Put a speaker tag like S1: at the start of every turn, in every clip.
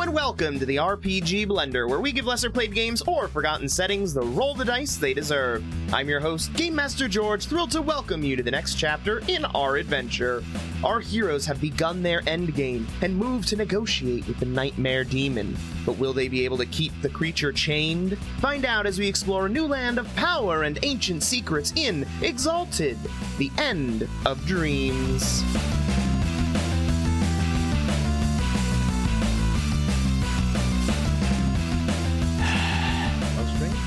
S1: and welcome to the RPG Blender, where we give lesser played games or forgotten settings the roll the dice they deserve. I'm your host, Game Master George, thrilled to welcome you to the next chapter in our adventure. Our heroes have begun their endgame and move to negotiate with the nightmare demon. But will they be able to keep the creature chained? Find out as we explore a new land of power and ancient secrets in Exalted, the end of dreams.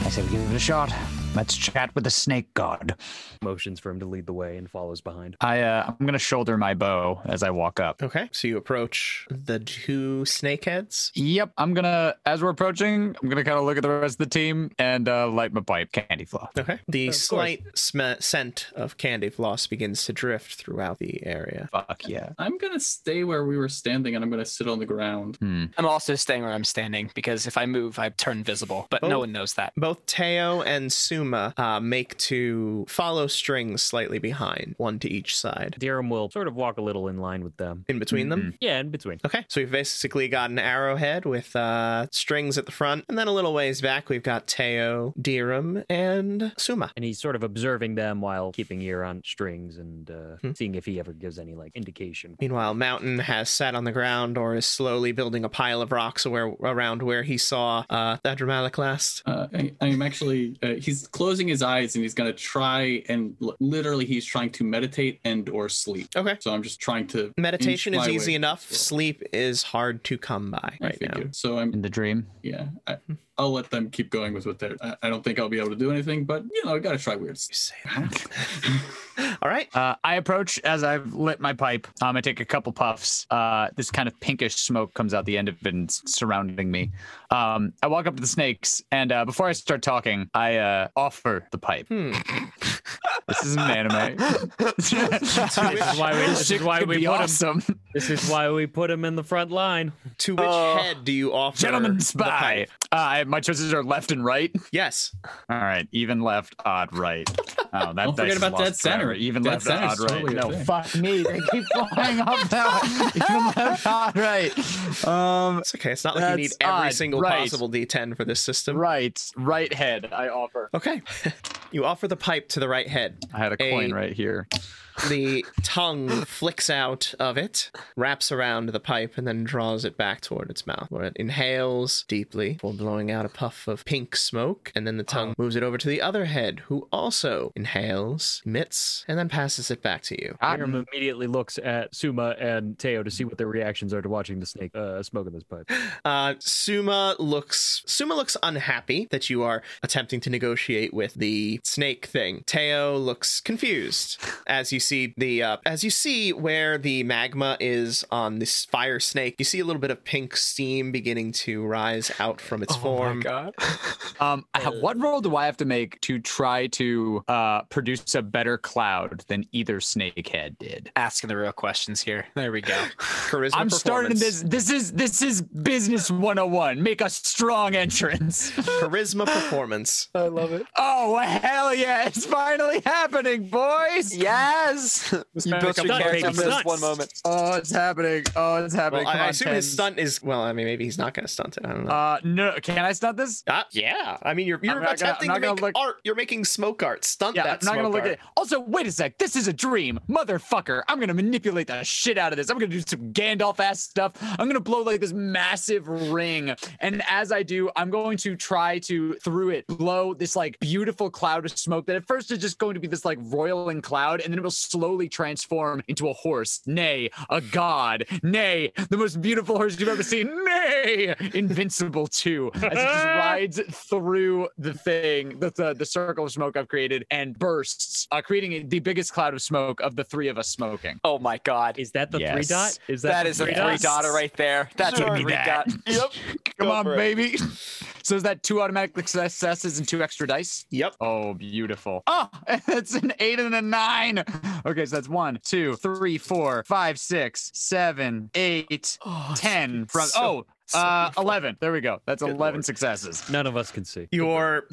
S2: I say we give it a shot. Let's chat with the snake god.
S3: motions for him to lead the way and follows behind.
S2: I uh, I'm gonna shoulder my bow as I walk up.
S1: Okay, so you approach the two snakeheads.
S2: Yep, I'm gonna as we're approaching, I'm gonna kind of look at the rest of the team and uh, light my pipe. Candy floss.
S1: Okay. The
S3: Of course.
S1: slight sm- scent of candy floss begins to drift throughout the area.
S2: Fuck yeah.
S4: I'm gonna stay where we were standing, and I'm gonna sit on the ground.
S2: Hmm.
S5: I'm also staying where I'm standing because if I move, I turn visible, but
S1: Oh.
S5: no one knows that.
S1: Both Teo and Suma uh, make to follow strings slightly behind, one to each side,
S3: Dirham will sort of walk a little in line with them.
S1: in between them.
S3: Yeah, in between.
S1: Okay, so we've basically got an arrowhead with uh, strings at the front, and then a little ways back, we've got Teo, Dirham, and Suma.
S3: And he's sort of observing them while keeping ear on strings and uh,
S1: Hmm.
S3: seeing if he ever gives any like indication.
S1: Meanwhile, Mountain has sat on the ground or is slowly building a pile of rocks where, around where he saw uh, that dramatic last.
S4: Uh, I, I'm actually. Uh, he's closing his eyes, and he's gonna try and li- literally, he's trying to meditate and or sleep.
S1: Okay.
S4: So I'm just trying to.
S1: Meditation
S4: inch my
S1: is
S4: way
S1: easy enough.
S4: forward.
S1: Sleep is hard to come by
S4: I
S1: right now. Hmm.
S4: figure. So I'm.
S2: In the dream.
S4: Yeah. I, I'll let them keep going with what they're. I, I don't think I'll be able to do anything, but you know, I gotta try weird
S1: You
S4: stuff.
S1: say that. All right.
S2: Uh, I approach as I've lit my pipe. Um, I take a couple puffs. Uh, this kind of pinkish smoke comes out the end of it and s- surrounding me. Um, I walk up to the snakes, and uh, before I start talking, I uh, offer the pipe.
S1: Hmm.
S2: This is an anime. this is
S3: why we- this is why
S2: could
S3: we
S2: be
S3: put 'em-
S2: awesome.
S3: This is why we put him in the front line.
S1: To which
S5: Oh.
S1: head do you offer?
S2: Uh, Gentlemen
S1: the
S2: spy.
S1: pipe?
S2: Uh, I- my choices are left and right.
S1: Yes.
S2: All right, even left, odd right. Oh, that
S4: Don't
S2: dice
S4: forget
S2: is
S4: about
S2: lost
S4: dead center.
S2: forever. Even
S4: Dead
S2: left,
S4: center's
S2: odd
S4: totally a
S2: right. No,
S4: thing.
S2: fuck me. They keep flying off that. one. Even left, odd right. Um,
S1: It's okay. It's not like you need
S2: That's
S1: every
S2: odd.
S1: single
S2: Right.
S1: possible D10 for this system.
S2: right, right head. I offer.
S1: Okay. you offer the pipe to the right head.
S2: I had a
S1: A-
S2: coin right here.
S1: The tongue flicks out of it, wraps around the pipe, and then draws it back toward its mouth, where it inhales deeply before blowing out a puff of pink smoke. And then the tongue moves it over to the other head, who also inhales, emits, and then passes it back to you.
S5: Ah.
S3: Hiram immediately looks at Suma and Teo to see what their reactions are to watching the snake uh, smoking this pipe.
S1: Uh, Suma looks Suma looks unhappy that you are attempting to negotiate with the snake thing. Teo looks confused as you see the uh, as you see where the magma is on this fire snake. You see a little bit of pink steam beginning to rise out from
S2: Oh
S1: its form.
S5: god.
S2: Um, I
S4: Uh,
S2: have- what role do I have to make to try to uh, produce a better cloud than either snakehead did?
S5: Asking the real questions here. There we go.
S1: Charisma
S2: I'm starting
S1: performance.
S2: this. This is this is business 101. Make a strong entrance.
S1: charisma performance.
S5: I love it.
S2: oh hell yeah! It's finally happening, boys.
S5: Yes! you
S2: man
S5: built
S2: is
S5: your
S3: nuts,
S5: character
S3: baby,
S5: for this
S3: nuts.
S5: one moment.
S2: Oh, it's happening. Oh, it's happening.
S1: Well, I,
S2: Come
S1: I
S2: on,
S1: assume his
S2: tens.
S1: stunt is well. I mean, maybe he's not going to stunt it. I don't know.
S2: Uh, no, can I stunt this?
S1: Ah, yeah, I mean, you're you're
S2: not gonna-
S1: attempting to
S2: I'm not gonna
S1: make
S2: look-
S1: art. You're making smoke art. Stunt
S2: Yeah,
S1: that.
S2: I'm not gonna
S1: smoke
S2: look
S1: art.
S2: at. Also, wait a sec. This is a dream, motherfucker. I'm gonna manipulate the shit out of this. I'm gonna do some Gandalf ass stuff. I'm gonna blow like this massive ring, and as I do, I'm going to try to through it blow this like beautiful cloud of smoke that at first is just going to be this like roiling cloud, and then it will slowly transform into a horse, nay, a god, nay, the most beautiful horse you've ever seen, nay, invincible too, as it just rides through the thing, the, the the circle of smoke I've created, and bursts, uh, creating the biggest cloud of smoke of the three of us smoking.
S5: Oh my god.
S3: Is that the three
S2: Yes.
S3: dot? Is
S5: that
S3: the
S5: is a
S3: three
S5: three
S3: dot?
S2: dots?
S5: dotter right there. That's
S2: Give
S5: a
S2: me
S5: three
S2: that.
S5: dot. Yep.
S2: Come
S1: Go
S2: on,
S1: for it.
S2: baby. So is that two automatic successes and two extra dice?
S1: Yep.
S2: Oh, beautiful. Oh, that's an eight and a nine. Okay, so that's one, Oh, two, three, four, five, six, seven, eight, ten. From
S1: so-
S2: oh, Uh, eleven. There we go. That's
S1: Good
S2: eleven
S1: lord.
S2: successes.
S3: None of us can see.
S1: Your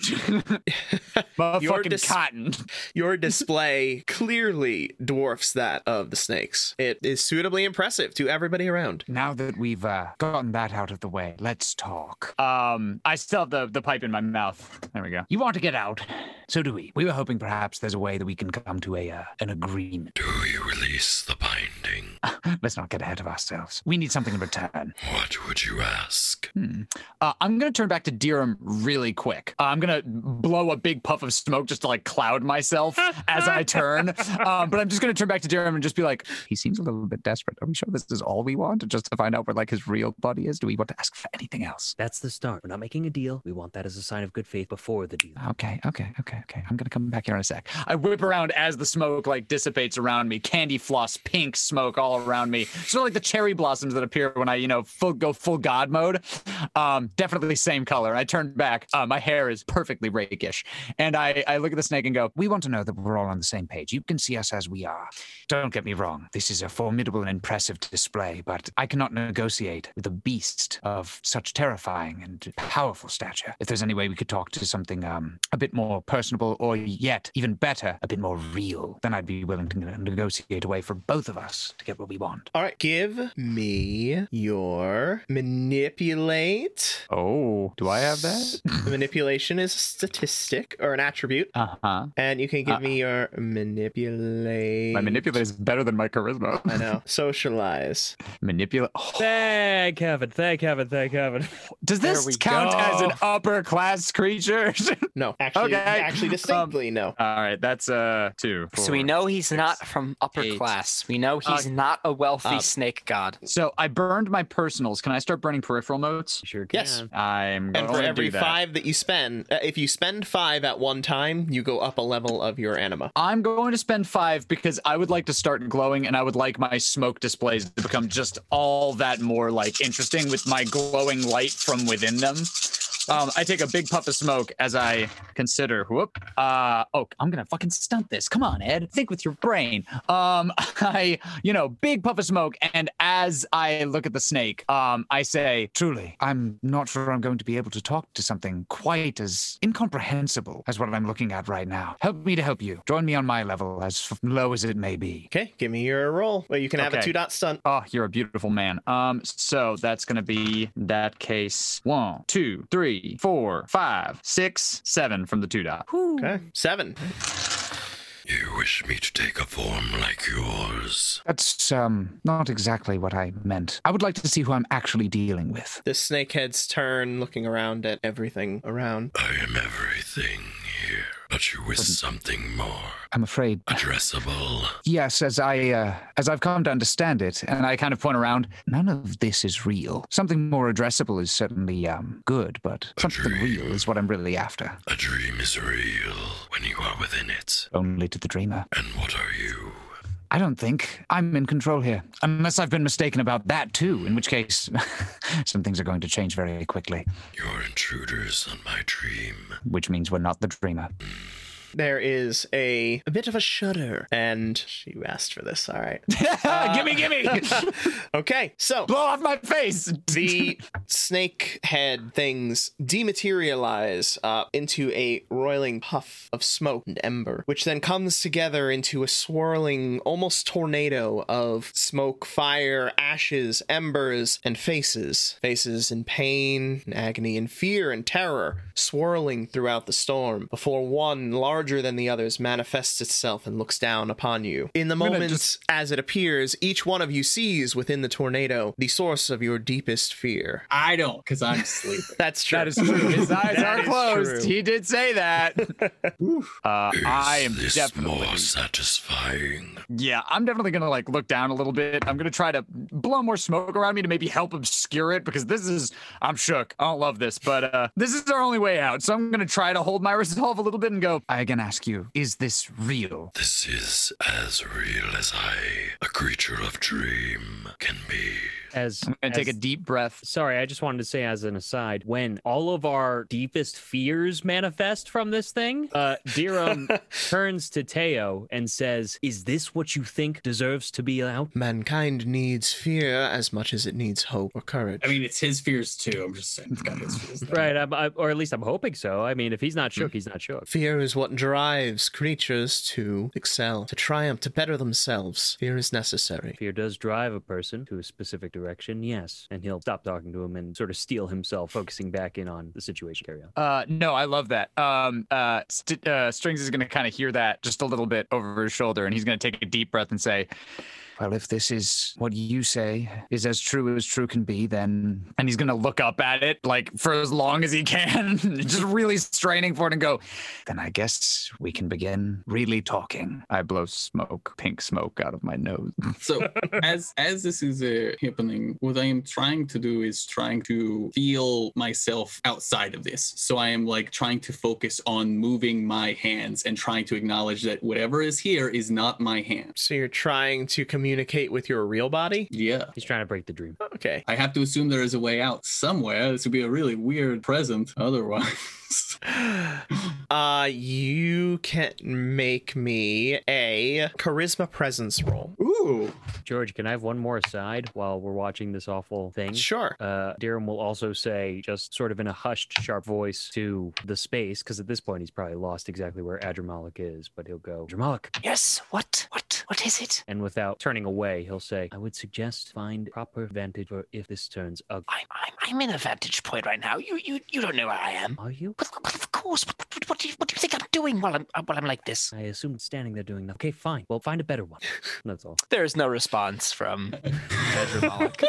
S2: Motherfucking
S1: dis-
S2: cotton.
S1: your display clearly dwarfs that of the snakes. It is suitably impressive to everybody around.
S2: Now that we've uh, gotten that out of the way, let's talk. Um, I still have the, the pipe in my mouth. There we go. You want to get out? So do we. We were hoping perhaps there's a way that we can come to a uh, an agreement.
S6: Do you release the binding?
S2: Let's not get ahead of ourselves. We need something in return.
S6: What would you ask?
S2: Hmm. Uh, I'm gonna turn back to Dirham really quick. Uh, I'm gonna blow a big puff of smoke just to like cloud myself as I turn. Um, but I'm just gonna turn back to Dirham and just be like, he seems a little bit desperate. Are we sure this is all we want? Just to find out where like his real body is? Do we want to ask for anything else?
S7: That's the start. We're not making a deal. We want that as a sign of good faith before the deal.
S2: Okay, okay, okay, okay. I'm gonna come back here in a sec. I whip around as the smoke like dissipates around me. Candy floss, pink smoke all around me. Sort of like the cherry blossoms that appear when I, you know, full go full god mode. Um, definitely same color. I turn back. Uh, my hair is perfectly rakish, and I I look at the snake and go, "We want to know that we're all on the same page. You can see us as we are. Don't get me wrong. This is a formidable and impressive display, but I cannot negotiate with a beast of such terrifying and powerful stature. If there's any way we could talk to something um, a bit more personable, or yet even better, a bit more real, then I'd be willing to negotiate a way for both of us to get what we want.
S1: All right, give me your manipulate.
S2: Oh, do I have that?
S1: Manipulation is a statistic or an attribute,
S2: Uh huh.
S3: Uh-huh.
S1: and you can give
S2: Uh,
S1: me your manipulate.
S2: is better than my charisma.
S1: I know. Socialize.
S2: Manipulate.
S3: Thank heaven. Thank heaven. Thank heaven.
S2: does
S3: There
S2: this
S3: we
S2: count as an
S3: go.
S2: upper class creature?
S1: No, actually,
S2: Okay.
S1: actually,
S2: Um,
S1: distinctly no.
S2: All right, that's uh two.
S5: So we
S2: four,
S5: know he's not
S2: six,
S5: from upper
S2: eight.
S5: class. We know
S2: Uh,
S5: he's not a wealthy
S1: uh,
S5: snake god.
S2: So I burned my personals. Can I start burning peripheral notes?
S7: You sure can.
S1: Yes.
S2: I'm going
S1: And for
S2: to
S1: every
S2: do that.
S1: five that you spend, uh, if you spend five at one time, you go up a level of your anima.
S2: I'm going to spend five because I would like to start glowing and I would like my smoke displays to become just all that more like interesting with my glowing light from within them. Um, I take a big puff of smoke as I consider. Whoop. Uh, oh, I'm gonna fucking stunt this. Come on, Ed. Think with your brain. Um, I, you know, big puff of smoke, and as I look at the snake, um, I say, "Truly, I'm not sure I'm going to be able to talk to something quite as incomprehensible as what I'm looking at right now. Help me to help you. Join me on my level, as f- low as it may be."
S1: Okay, give me your roll. Well, you can have a
S2: Okay.
S1: two dot stunt.
S2: Oh, you're a beautiful man. Um, so that's gonna be in that case one, two, three, four, five, six, seven from the two dot.
S1: Okay, seven.
S6: You wish me to take a form like yours?
S2: That's um not exactly what I meant. I would like to see who I'm actually dealing with.
S1: The snakehead's turn, looking around at everything around.
S6: I am everything here, but you wish something more.
S2: I'm afraid.
S6: Addressable.
S2: Yes, as I uh, as I've come to understand it, and I kind of point around. None of this is real. Something more addressable is certainly um good, but something real is what I'm really after.
S6: A dream is real when you are within it.
S2: Only to the dreamer.
S6: And what are you?
S2: I don't think I'm in control here, unless I've been mistaken about that too. In which case, some things are going to change very quickly,
S6: You're intruders on my dream.
S2: which means we're not the dreamer.
S1: There is a, a bit of a shudder, and you asked for this. All right.
S2: gimme, gimme!
S1: Okay, so
S2: Blow off my face!
S1: the snake head things dematerialize uh, into a roiling puff of smoke and ember, which then comes together into a swirling, almost tornado of smoke, fire, ashes, embers, and faces. Faces in pain, and agony, and fear and terror swirling throughout the storm before one larger than the others manifests itself and looks down upon you. In the moment, as it appears, each one of you sees within the tornado the source of your deepest fear.
S4: I don't, because I'm sleeping.
S1: That's true.
S2: That is true. His eyes
S1: That
S2: are
S1: is
S2: closed.
S1: true.
S2: He did say that. uh, I am
S6: Is this
S2: definitely.
S6: more satisfying?
S2: Yeah, I'm definitely gonna like look down a little bit. I'm gonna try to blow more smoke around me to maybe help obscure it because this is. I'm shook. I don't love this, but uh, this is our only way out. So I'm gonna try to hold my resolve a little bit and go. I again ask you, is this real?
S6: This is as real as I, a creature of dream, can be.
S3: As
S2: I'm gonna take a
S3: as-
S2: deep breath.
S3: Sorry, I just wanted to say as an aside, when all of our deepest fears manifest from this thing, uh Dirham turns to Teo and says,
S7: Is this what you think deserves to be out?
S1: Mankind needs fear as much as it needs hope or courage.
S4: I mean, it's his fears too. I'm just saying, it's got his fears. there.
S3: Right, I'm, I, or at least I'm hoping so. I mean, if he's not
S2: Mm.
S3: shook, he's not shook.
S1: Fear is what drives creatures to excel, to triumph, to better themselves. Fear is necessary.
S3: Fear does drive a person to a specific direction, yes. And he'll stop talking to him and sort of steal himself, focusing back in on the situation. Carry on.
S2: Uh, no, I love that. Um, uh, St- uh, Strings is gonna kind of hear that just a little bit over his shoulder, and he's gonna take a deep breath and say, "Well, if this is what you say is as true as true can be, then..." And he's gonna look up at it like for as long as he can, just really straining for it, and go, "Then I guess we can begin really talking." I blow smoke, pink smoke, out of my nose.
S4: so as as this is uh, happening what i am trying to do is trying to feel myself outside of this so i am like trying to focus on moving my hands and trying to acknowledge that whatever is here is not my hands
S1: So you're trying to communicate with your real body?
S4: yeah
S3: He's trying to break the dream.
S1: Okay.
S4: i have to assume there is a way out somewhere this would be a really weird present otherwise
S1: Uh, you can make me a charisma presence roll.
S4: ooh
S3: George, can I have one more aside while we're watching this awful thing?
S1: Sure.
S3: Uh, Darren will also say, just sort of in a hushed, sharp voice to the space, because at this point he's probably lost exactly where Adramalik is, but he'll go, Adramalik.
S5: Yes. What? What? What is it?
S3: And without turning away, he'll say, I would suggest find proper vantage for if this turns ugly.
S5: I'm I'm, I'm in a vantage point right now. You you you don't know where I am.
S7: Are you?
S5: Well, well of course. What, what, what, do you, what do you think I'm doing while I'm while I'm like this?
S7: I assume standing there doing nothing. Okay, fine. Well, find a better one.
S3: That's all.
S5: There is no response from Malik.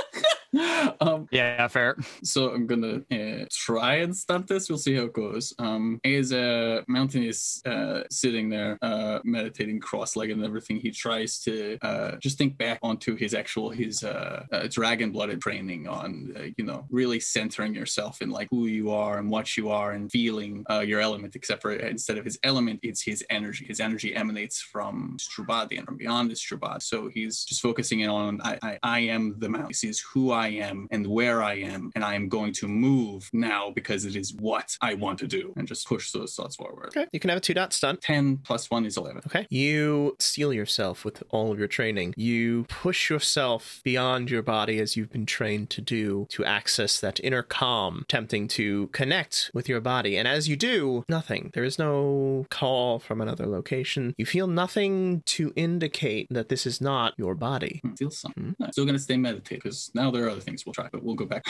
S4: um
S2: Yeah, fair.
S4: so I'm gonna uh, try and stop this. We'll see how it goes. Um, as uh, Mountain is uh, sitting there uh, meditating, cross-legged and everything, he tries to uh, just think back onto his actual his uh, uh, dragon-blooded training on uh, you know really centering yourself in like who you are and what you are and feeling uh, your element. Except for instead of his element, it's his energy. His energy emanates from Strubad and from beyond his Strubad. So he's just focusing in on I, I, I am the mountain. He sees who I am and where I am, and I am going to move now because it is what I want to do, and just push those thoughts forward.
S1: Okay. You can have a two dot stunt.
S4: Ten plus one is eleven.
S1: Okay. You seal yourself with all of your training. You push yourself beyond your body as you've been trained to do to access that inner calm, tempting to connect with your body. And as you do, nothing. There is no call from another location. You feel nothing to indicate that this is not your body.
S4: Hmm, Feel something. Nice. Still gonna stay meditative because now there are other things we'll try, but we'll go back.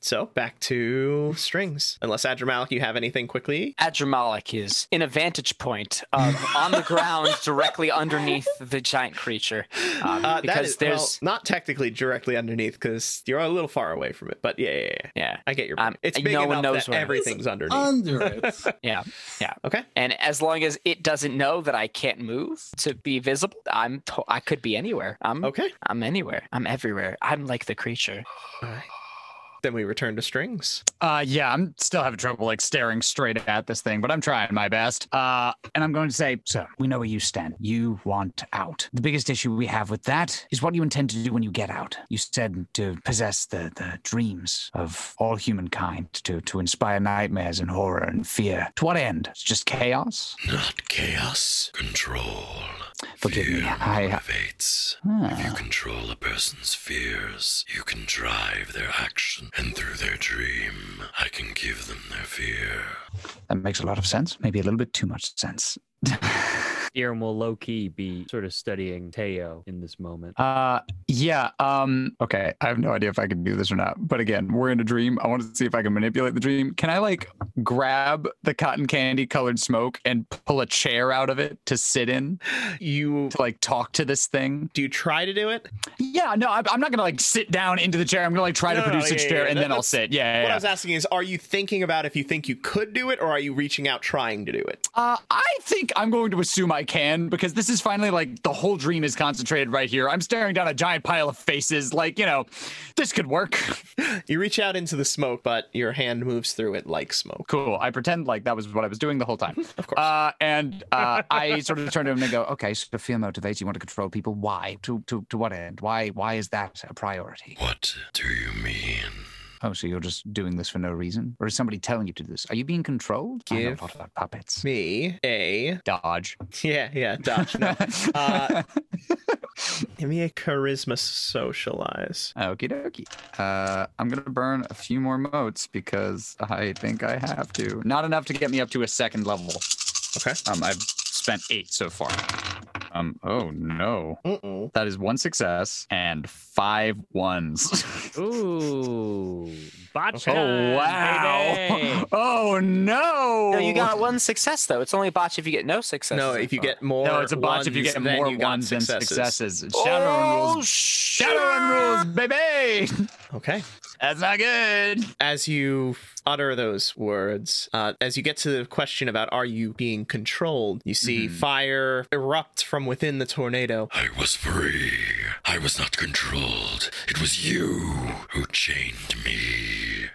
S1: So back to strings. Unless Adramalik, you have anything quickly.
S5: Adramalik is in a vantage point of on the ground directly underneath the giant creature. Um,
S1: Uh, that
S5: because
S1: is, well,
S5: there's
S1: not technically directly underneath because you're a little far away from it. But yeah, yeah, yeah.
S5: yeah.
S1: I get your.
S5: Um,
S1: point. it's
S5: and
S1: big
S5: no
S1: enough
S5: one knows
S1: that
S5: where-
S1: everything's underneath.
S4: Under it.
S5: Yeah, yeah.
S1: Okay.
S5: And as long as it doesn't know that I can't move to be visible, I'm to- I could be anywhere. I'm
S1: Okay.
S5: I'm anywhere. I'm everywhere. I'm like the creature.
S1: All right. Then we return to strings.
S2: Uh, yeah, I'm still having trouble like staring straight at this thing, but I'm trying my best. Uh, and I'm going to say, sir, we know where you stand. You want out. The biggest issue we have with that is what you intend to do when you get out. You said to possess the, the dreams of all humankind, to, to inspire nightmares and horror and fear. To what end? It's just chaos?
S6: Not chaos. Control.
S2: Forgive me.
S6: Fear
S2: I.
S6: motivates. If you
S2: Ah.
S6: control a person's fears, you can drive their action, and through their dream, I can give them their fear.
S2: that makes a lot of sense. Maybe a little bit too much sense.
S3: Irem will low key be sort of studying Teo in this moment.
S2: Uh, yeah. Um, okay. I have no idea if I can do this or not. But again, we're in a dream. I want to see if I can manipulate the dream. Can I like grab the cotton candy colored smoke and pull a chair out of it to sit in
S1: You
S2: to like talk to this thing?
S1: do you try to do it?
S2: Yeah. No, I'm, I'm not gonna like sit down into the chair. I'm gonna like try
S1: No,
S2: to
S1: no, no,
S2: produce
S1: yeah,
S2: a chair
S1: yeah,
S2: and
S1: that-
S2: then I'll
S1: that's-
S2: sit. Yeah.
S1: What I
S2: yeah,
S1: was asking is, are you thinking about if you think you could do it, or are you reaching out trying to do it?
S2: yeah. Uh, I think I'm going to assume I I can because this is finally like the whole dream is concentrated right here. I'm staring down a giant pile of faces. Like, you know, this could work.
S1: You reach out into the smoke, but your hand moves through it like smoke.
S2: Cool. I pretend like that was what I was doing the whole time.
S1: Of course.
S2: Uh, and uh, I sort of turn to him and go, okay, so fear motivates you want to control people. Why? To, to, to what end? Why, why is that a priority?
S6: What do you mean?
S2: Oh, so you're just doing this for no reason? Or is somebody telling you to do this? Are you being controlled? I know
S1: Give
S2: a lot about puppets.
S1: Me, a.
S2: Dodge.
S1: Yeah, yeah, dodge. No. Uh, Give me a charisma socialize.
S2: Okie dokie. Uh, I'm gonna burn a few more motes because I think I have to. Not enough to get me up to a second level.
S1: Okay.
S2: Um, I've spent eight so far. Um, oh no.
S1: Mm-mm.
S2: That is one success and five ones.
S3: Ooh, botch.
S2: oh wow. Oh no.
S5: No, you got one success though. It's only a botch if you get no success.
S1: Oh. No, if you get more.
S2: No, it's a botch if you
S1: ones,
S2: get
S1: then
S2: more
S1: you got
S2: ones than
S1: successes.
S2: successes. Shadowrun rules. Shadowrun rules, baby.
S1: Okay.
S2: That's not good.
S1: As you utter those words, uh, as you get to the question about are you being controlled, you see
S2: Mm-hmm.
S1: fire erupt from within the tornado.
S6: I was free. I was not controlled. It was you who chained me.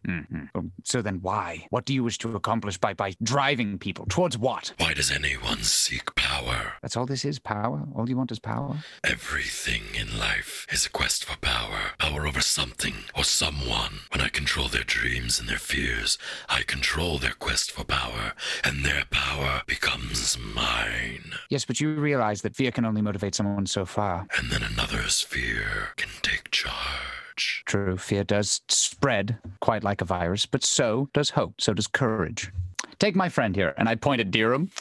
S2: Um, So then why? What do you wish to accomplish by, by driving people? Towards what?
S6: Why does anyone seek power?
S2: That's all this is, power? All you want is power?
S6: Everything in life is a quest for power. Power over something or someone. When I control their dreams and their fears, I control their quest for power, and their power becomes mine.
S2: Yes, but you realize that fear can only motivate someone so far.
S6: And then another's fear can take charge.
S2: True, fear does spread quite like a virus, but so does hope, so does courage. Take my friend here, and I point at Dirham.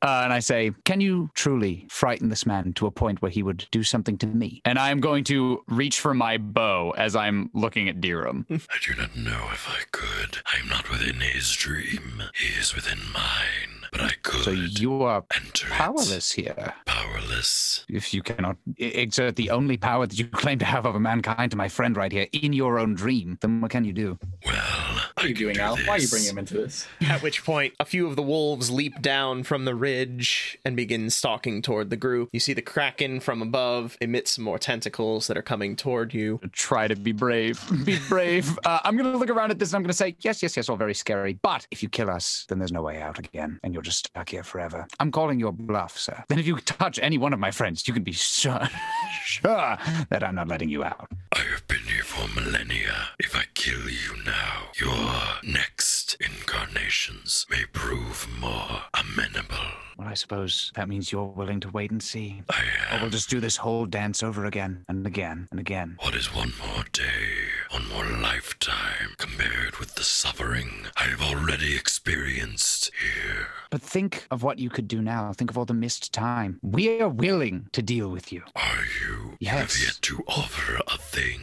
S2: Uh, and I say, Can you truly frighten this man to a point where he would do something to me? And I'm going to reach for my bow as I'm looking at Dirham.
S6: I do not know if I could. I am not within his dream. He is within mine. But I could
S2: so you are
S6: enter it.
S2: powerless here.
S6: Powerless.
S2: if you cannot i- exert the only power that you claim to have over mankind to my friend right here in your own dream, then what can you do?
S6: Well,
S4: What are you doing, Al? Why are you bringing him into this?
S1: At which point, a few of the wolves leap down from the ridge and begin stalking toward the group. You see the kraken from above emit some more tentacles that are coming toward you.
S2: Try to be brave. Be brave. Uh, I'm going to look around at this and I'm going to say, yes, yes, yes, all very scary. But if you kill us, then there's no way out again, and you're just stuck here forever. I'm calling your bluff, sir. Then if you touch any one of my friends, you can be sure, sure that I'm not letting you out.
S6: I have been here for millennia. If I kill you now, your next incarnations may prove more amenable.
S2: Well, I suppose that means you're willing to wait and see.
S6: I
S2: Or we'll
S6: am.
S2: just do this whole dance over again and again and again.
S6: What is one more day, one more lifetime compared with the suffering I have already experienced here?
S2: But think of what you could do now. Think of all the missed time. We are willing to deal with you.
S6: Are you? You
S2: Yes.
S6: have yet to offer a thing.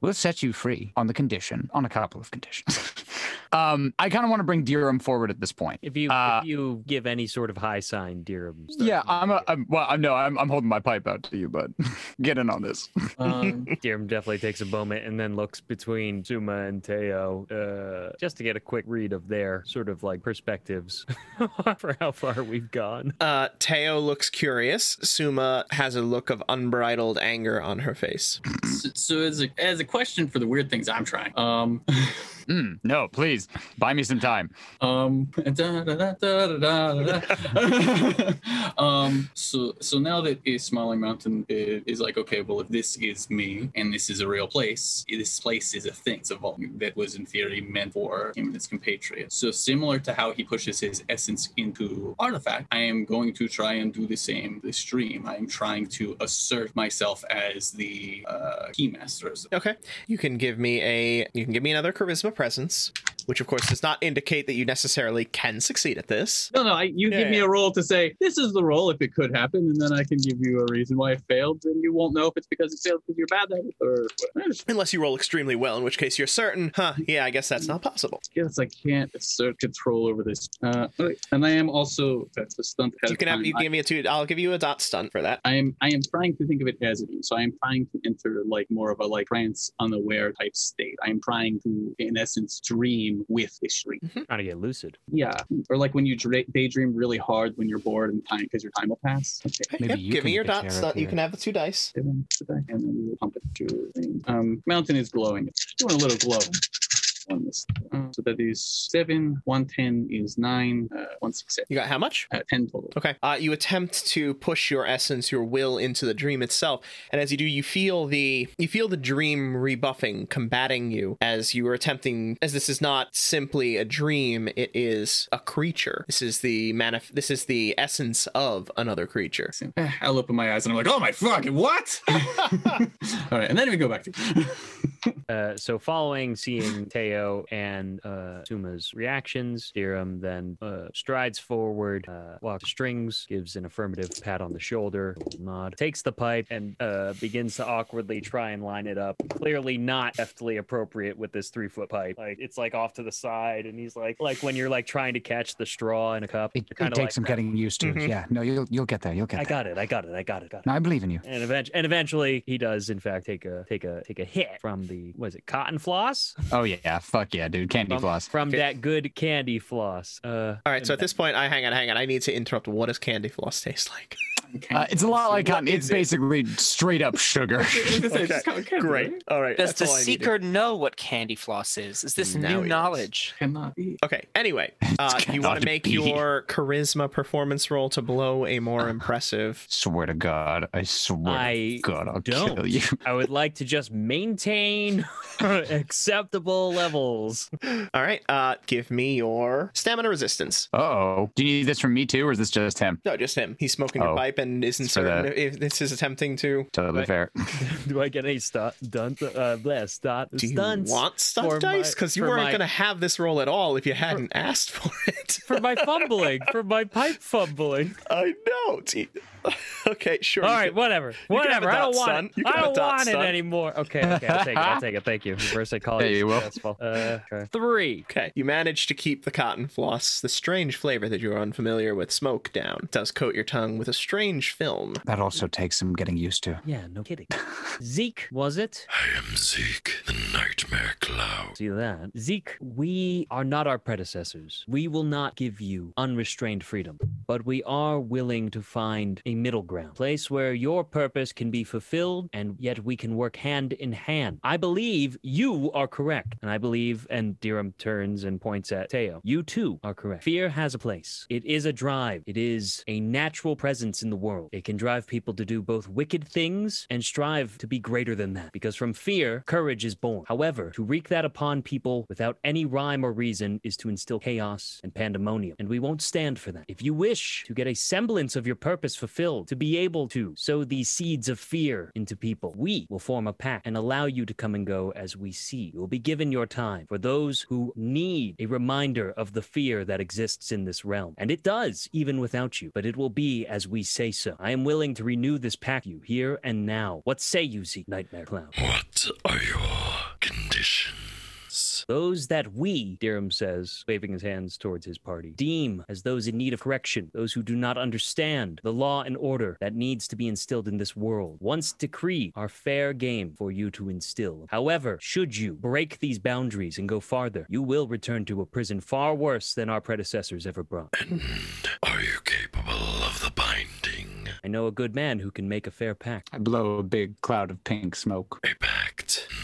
S2: We'll set you free on the condition, on a couple of conditions. um, I kind of want to bring Durham forward at this point.
S3: If you
S2: Uh,
S3: if you give any sort of high sign, Dirham. starts
S2: yeah, I'm, a,
S3: moving.
S2: I'm. Well, I'm no, I'm, I'm holding my pipe out to you, but get in on this.
S4: Um,
S3: Dirham definitely takes a moment and then looks between Zuma and Teo uh, just to get a quick read of their sort of like perspectives for how far we've gone.
S1: Uh, Teo looks curious. Suma has a look of unbridled anger on her face.
S4: so, so as a as a question for the weird things I'm trying. Um,
S2: Mm, no, please buy me some time.
S4: um, da, da, da, da, da, da, da. um. So so now that a smiling mountain i- is like okay, well if this is me and this is a real place, this place is a thing. It's a vault that was in theory meant for him and his compatriot. So similar to how he pushes his essence into artifact, I am going to try and do the same this stream. I am trying to assert myself as the uh, key master. as
S1: Okay. You can give me a you can give me another charisma presence, which of course does not indicate that you necessarily can succeed at this.
S4: No, no. I, you
S1: Yeah,
S4: give me
S1: yeah.
S4: a roll to say this is the roll if it could happen, and then I can give you a reason why it failed. And you won't know if it's because it failed because you're bad at it, or what. I just
S1: Unless you roll extremely well, in which case you're certain, huh, yeah, I guess that's not possible.
S4: guess I can't assert control over this. Uh, okay. and I am also that's a stunt. ahead
S1: You
S4: of
S1: can have
S4: time.
S1: you can give me a two I'll give you a dot stunt for that.
S4: I am I am trying to think of it as it is. So I am trying to enter like more of a like trance unaware type state. I am trying to, in essence, dream dream with history.
S3: Trying to get lucid.
S4: Yeah. Or like when you dra- daydream really hard when you're bored and time because your time will pass. Okay.
S1: Yep,
S8: you
S1: give
S8: can
S1: me your
S8: pick
S1: dots.
S8: Eric
S1: uh, You
S8: here.
S1: can have the two dice.
S4: And then we'll pump it through. the thing. Um, mountain is glowing. It's doing a little glow. On this. Uh,
S1: Mm.
S4: so that is seven. One ten is nine. Uh, one six seven.
S1: You got how much?
S4: Uh, ten total.
S1: Okay. Uh, you attempt to push your essence, your will into the dream itself, and as you do, you feel the you feel the dream rebuffing, combating you as you are attempting. As this is not simply a dream, it is a creature. This is the manif- This is the essence of another creature.
S4: Eh, I'll open my eyes and I'm like, oh my fucking what? All right, and then we go back to.
S3: Uh, so following seeing Teo and uh, Suma's reactions, Dirham then uh, strides forward, uh, walks the strings, gives an affirmative pat on the shoulder, a little nod, takes the pipe, and uh, begins to awkwardly try and line it up. Clearly not deftly appropriate with this three foot pipe. Like it's like off to the side, and he's like, like when you're like trying to catch the straw in a cup.
S8: It,
S3: you're
S8: it takes
S3: kinda like, Mm-hmm.
S8: some getting used to.
S1: Mhm.
S8: Yeah. No, you'll you'll get there. You'll get
S3: I
S8: there.
S3: got it, I got it, I got it, got it.
S8: no, I believe in you.
S3: And, event- and eventually, he does in fact take a take a take a hit from the was it cotton floss
S8: Oh yeah. Fuck yeah, dude. Candy
S3: from,
S8: floss.
S3: from
S1: Okay.
S3: that good candy floss. Uh,
S1: All right. So at this point, I hang on, hang on. I need to interrupt. What does candy floss taste like?
S8: Uh, it's a lot like cotton.
S1: is
S8: It's
S1: it?
S8: basically straight up sugar.
S1: Great. All right.
S5: Does
S1: that's
S5: the
S1: all I needed.
S5: seeker know what candy floss is? Is this
S1: Now he
S5: new
S1: does.
S5: knowledge?
S4: Cannot be.
S1: Okay. Anyway, uh, you want
S8: cannot
S1: to make
S8: be.
S1: your charisma performance roll to blow a more impressive.
S8: swear to God. I swear
S3: I
S8: to God, I'll
S3: don't.
S8: kill you.
S3: I would like to just maintain acceptable levels.
S1: All right. Uh, give me your stamina resistance.
S8: Uh oh. Do you need this from me too, or is this just him?
S1: No, just him. He's smoking a
S8: Oh.
S1: pipe and isn't
S8: It's for
S1: certain
S8: that.
S1: if this is attempting to.
S8: Totally
S3: Right.
S8: fair.
S3: Do I get any stunt? Dun, uh, bleh, stunt,
S1: Do you
S3: stunts
S1: want stuff
S3: for
S1: dice?
S3: my-
S1: Because you
S3: for
S1: weren't
S3: my-
S1: going to have this roll at all if you hadn't asked for it.
S3: for my fumbling, for my pipe fumbling?
S1: I know. Gee. okay, sure.
S3: All
S1: you
S3: right,
S1: can-
S3: whatever,
S1: you can have
S3: whatever.
S1: a
S3: I
S1: dot,
S3: don't want
S1: son.
S3: it.
S1: You can
S3: I
S1: have a
S3: don't
S1: dot,
S3: want it
S1: son.
S3: anymore. Okay, okay, I'll take it. I'll take it. Thank you. Reverse psychology.
S8: There you
S3: is
S8: will.
S3: successful. Uh, okay. Three.
S1: Okay, you manage to keep the cotton floss, the strange flavor that you are unfamiliar with, smoke down. It does coat your tongue with a strange film.
S8: That also takes some getting used to.
S3: Yeah, no kidding. Zeke, was it?
S6: I am Zeke, the Nightmare Cloud.
S3: See that. Zeke, we are not our predecessors. We will not give you unrestrained freedom, but we are willing to find a middle ground, place where your purpose can be fulfilled and yet we can work hand in hand. I believe you are correct. And I believe, and Dirham turns and points at Teo, you too are correct. Fear has a place. It is a drive, it is a natural presence in the world. It can drive people to do both wicked things and strive to be greater than that, because from fear, courage is born. However, to wreak that upon people without any rhyme or reason is to instill chaos and pandemonium, and we won't stand for that. If you wish to get a semblance of your purpose fulfilled, to be able to sow these seeds of fear into people, we will form a pact and allow you to come and go as we see. You will be given your time for those who need a reminder of the fear that exists in this realm, and it does even without you, but it will be as we say so. I am willing to renew this pact you here and now. What say you, Zeke Nightmare Clown?
S6: What are your conditions?
S3: Those that we, Dirham says, waving his hands towards his party, deem as those in need of correction, those who do not understand the law and order that needs to be instilled in this world, once decree are fair game for you to instill. However, should you break these boundaries and go farther, you will return to a prison far worse than our predecessors ever brought.
S6: Are you capable of the binding?
S3: I know a good man who can make a fair pact.
S8: I blow a big cloud of pink smoke.
S6: A pact?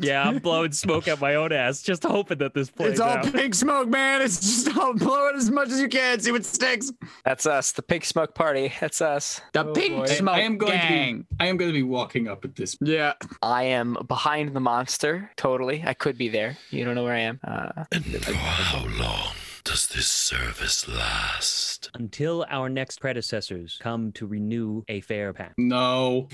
S3: Yeah, I'm blowing smoke at my own ass, just hoping that this plays
S8: It's all pink smoke, man. It's just all blow it as much as you can. See what sticks.
S5: That's us, the pig smoke party. That's us.
S8: The
S4: Oh,
S8: pink
S4: boy. I-
S8: smoke
S4: I am going
S8: gang.
S4: to be. I am going to be walking up at this.
S8: Yeah.
S5: I am behind the monster. Totally, I could be there. You don't know where I am. Uh,
S6: And for how long does this service last?
S3: Until our next predecessors come to renew a fair pact.
S4: No.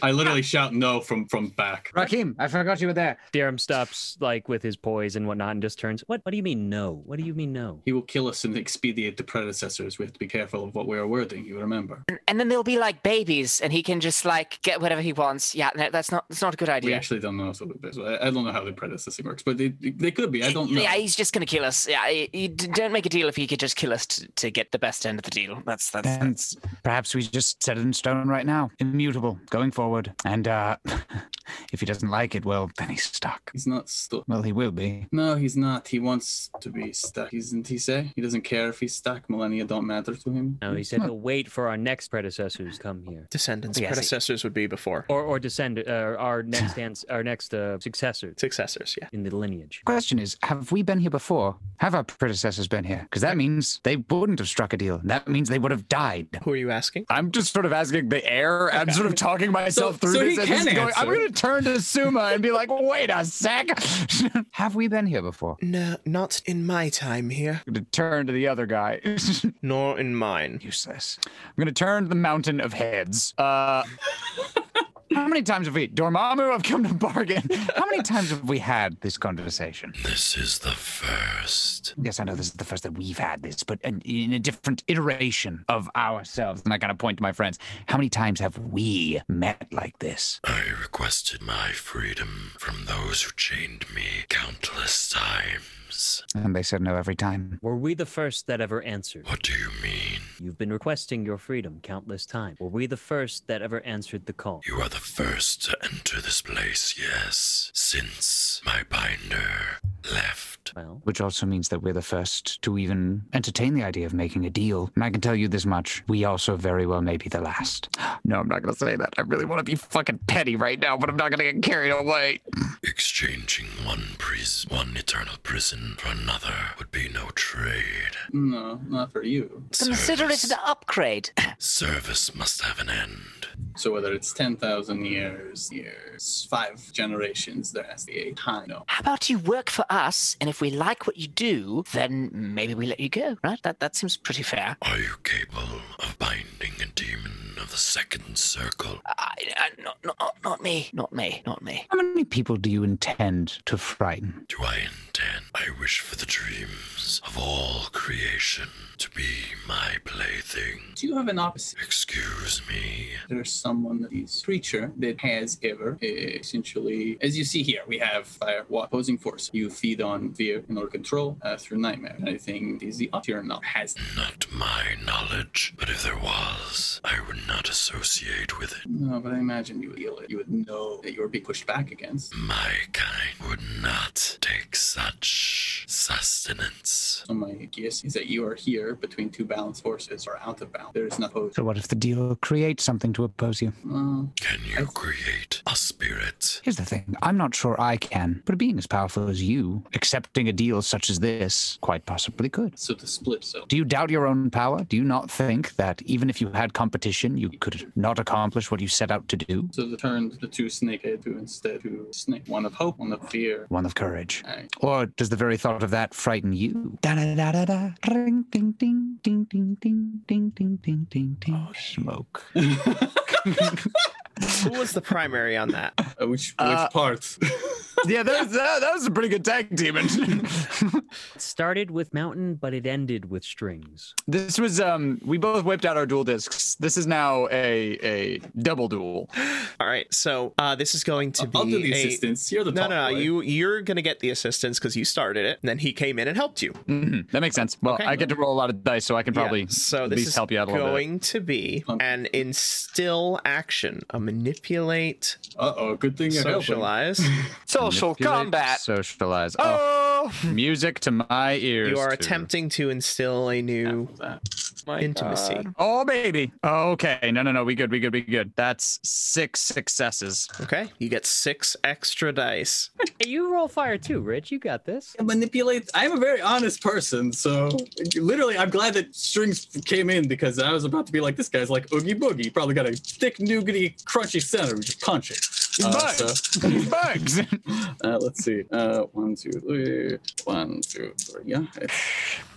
S4: I literally shout no from from back.
S8: Rakim, I forgot you were there.
S3: Darum stops like with his poise and whatnot and just turns. What? What do you mean no? What do you mean no?
S4: He will kill us and expedite the predecessors. We have to be careful of what we are wording. You remember.
S5: and then they'll be like babies, and he can just like get whatever he wants. Yeah, no, that's not that's not a good
S4: We
S5: idea.
S4: actually don't know. So I I don't know how the predecessor works, but they, they could be. I don't know.
S5: Yeah, he's just gonna kill us. Yeah, he, he d- don't make a deal if he could just kill us to, to get the best end of the deal. That's that's.
S8: Then perhaps we just set it in stone right now. Immutable.
S2: trouble going forward. And uh, if he doesn't like it, well, then he's stuck.
S4: He's not stuck.
S2: Well, he will be.
S4: No, he's not. He wants to be stuck. Isn't he say? He doesn't care if he's stuck. Millennia don't matter to him.
S3: No, he said to wait for our next predecessors to come here,
S1: Oh,
S9: Descendants,
S5: Yes.
S9: predecessors would be before.
S3: or or descend, uh, our next ans- our next uh, successor
S9: Successors, yeah.
S3: in the lineage.
S2: Question is, have we been here before? Have our predecessors been here? Because that means they wouldn't have struck a deal. That means they would have died.
S9: Who are you asking?
S2: I'm just sort of asking the air. I'm sort of talking myself
S4: So-
S2: through
S4: so
S2: this.
S4: he
S2: and
S4: can
S2: just going, I'm
S4: answer.
S2: going to turn to Suma and be like, wait a sec. Have we been here before?
S9: No, not in my time here.
S2: I'm going to turn to the other guy.
S9: Nor in mine.
S2: Useless. I'm going to turn to the mountain of heads. Uh, how many times have we, Dormammu, I've come to bargain. How many times have we had this conversation?
S6: This is the first.
S2: Yes, I know this is the first that we've had this, but in, in a different iteration of ourselves. And I kind of point to my friends. How many times have we met like this?
S6: I requested my freedom from those who chained me countless times.
S2: And they said no every time.
S3: Were we the first that ever answered?
S6: What do you mean?
S3: You've been requesting your freedom countless times. Were we the first that ever answered the call?
S6: You are the first to enter this place, yes, since my binder left.
S3: Well,
S2: Which also means that we're the first to even entertain the idea of making a deal. And I can tell you this much we also very well may be the last. No, I'm not going to say that. I really want to be fucking petty right now, but I'm not going to get carried away.
S6: Exchanging one pris- one eternal prison for another would be no trade.
S4: No, not for you.
S5: Consider it
S6: Service-
S5: an upgrade.
S6: Service must have an end.
S4: So whether it's ten thousand years, years, five generations, there has to be a time. No.
S5: How about you work for us, and if we like what you do, then maybe we let you go, right? That that seems pretty fair.
S6: Are you capable of binding a demon of the second circle?
S5: I, I, not, not, not me, not me, not me.
S2: How many people do you intend to frighten?
S6: Do I intend? I wish for the dreams of all creation to be my plaything.
S4: Do you have an opposite?
S6: Excuse me.
S4: There's someone that is creature that has ever eh, essentially, as you see here, we have fire, water, opposing force. You feed on fear in order to control uh, through nightmare. And I think is the up here not has
S6: Not my knowledge, but if there was, I would not associate with it.
S4: no, but I imagine you would feel it. You would know that you were being pushed back against.
S6: My kind would not take such sustenance.
S4: So my guess is that you are here between two balanced forces or out of balance. There is no opposed.
S2: So, what if the deal creates something to oppose you?
S4: Uh,
S6: Can you create a spirit?
S2: Here's the thing I'm not sure I can, but a being as powerful as you, accepting a deal such as this, quite possibly could.
S4: so the split so.
S2: Do you doubt your own power? Do you not think that even if you had competition, you could not accomplish what you set out to do?
S4: So the turned the two snake head to instead to snake one of hope, one of fear.
S2: One of courage.
S4: Aye.
S2: Or does the very thought of that frighten you? Da da da da da. Ring ding ding ding ding ding ding ding ding
S1: Oh,
S2: ding ding. Smoke.
S1: Who was the primary on that?
S4: Uh, which which
S2: Uh,
S4: part?
S2: yeah, that was, that, that was a pretty good tag team.
S3: it started with mountain, but it ended with strings.
S2: this was um, we both whipped out our dual discs. This is now a a double duel.
S1: All right, so uh, this is going to be
S4: I'll do the
S1: a-
S4: assistance. You're the
S1: No,
S4: top
S1: no, no.
S4: boy.
S1: You you're gonna get the assistance because you started it, and then he came in and helped you.
S2: Mhm, That makes sense. Well,
S1: Okay.
S2: I get to roll a lot of dice, so I can probably
S1: Yeah, So
S2: at
S1: this
S2: least
S1: is
S2: help you out a little bit.
S1: going to be
S4: Um,
S1: an instill action, a manipulate,
S4: Uh oh, good thing you're helping.
S1: socialize.
S5: Social
S2: Manipulate,
S5: combat.
S2: Socialize. Oh, music to my ears.
S1: You are
S2: too.
S1: attempting to instill a new intimacy.
S2: Oh, baby. Okay. No, no, no. We good. We good. We good. That's six successes.
S1: Okay, you get six extra dice.
S3: Hey, you roll fire too, Rich. You got this.
S4: Manipulate. I'm a very honest person, so literally, I'm glad that strings came in because I was about to be like, this guy's like Oogie Boogie, probably got a thick, nougaty, crunchy center. We just punch it. Uh, so-
S2: bugs. bugs.
S4: Uh, let's see. Uh, one, two, three. One, two, three. Yeah.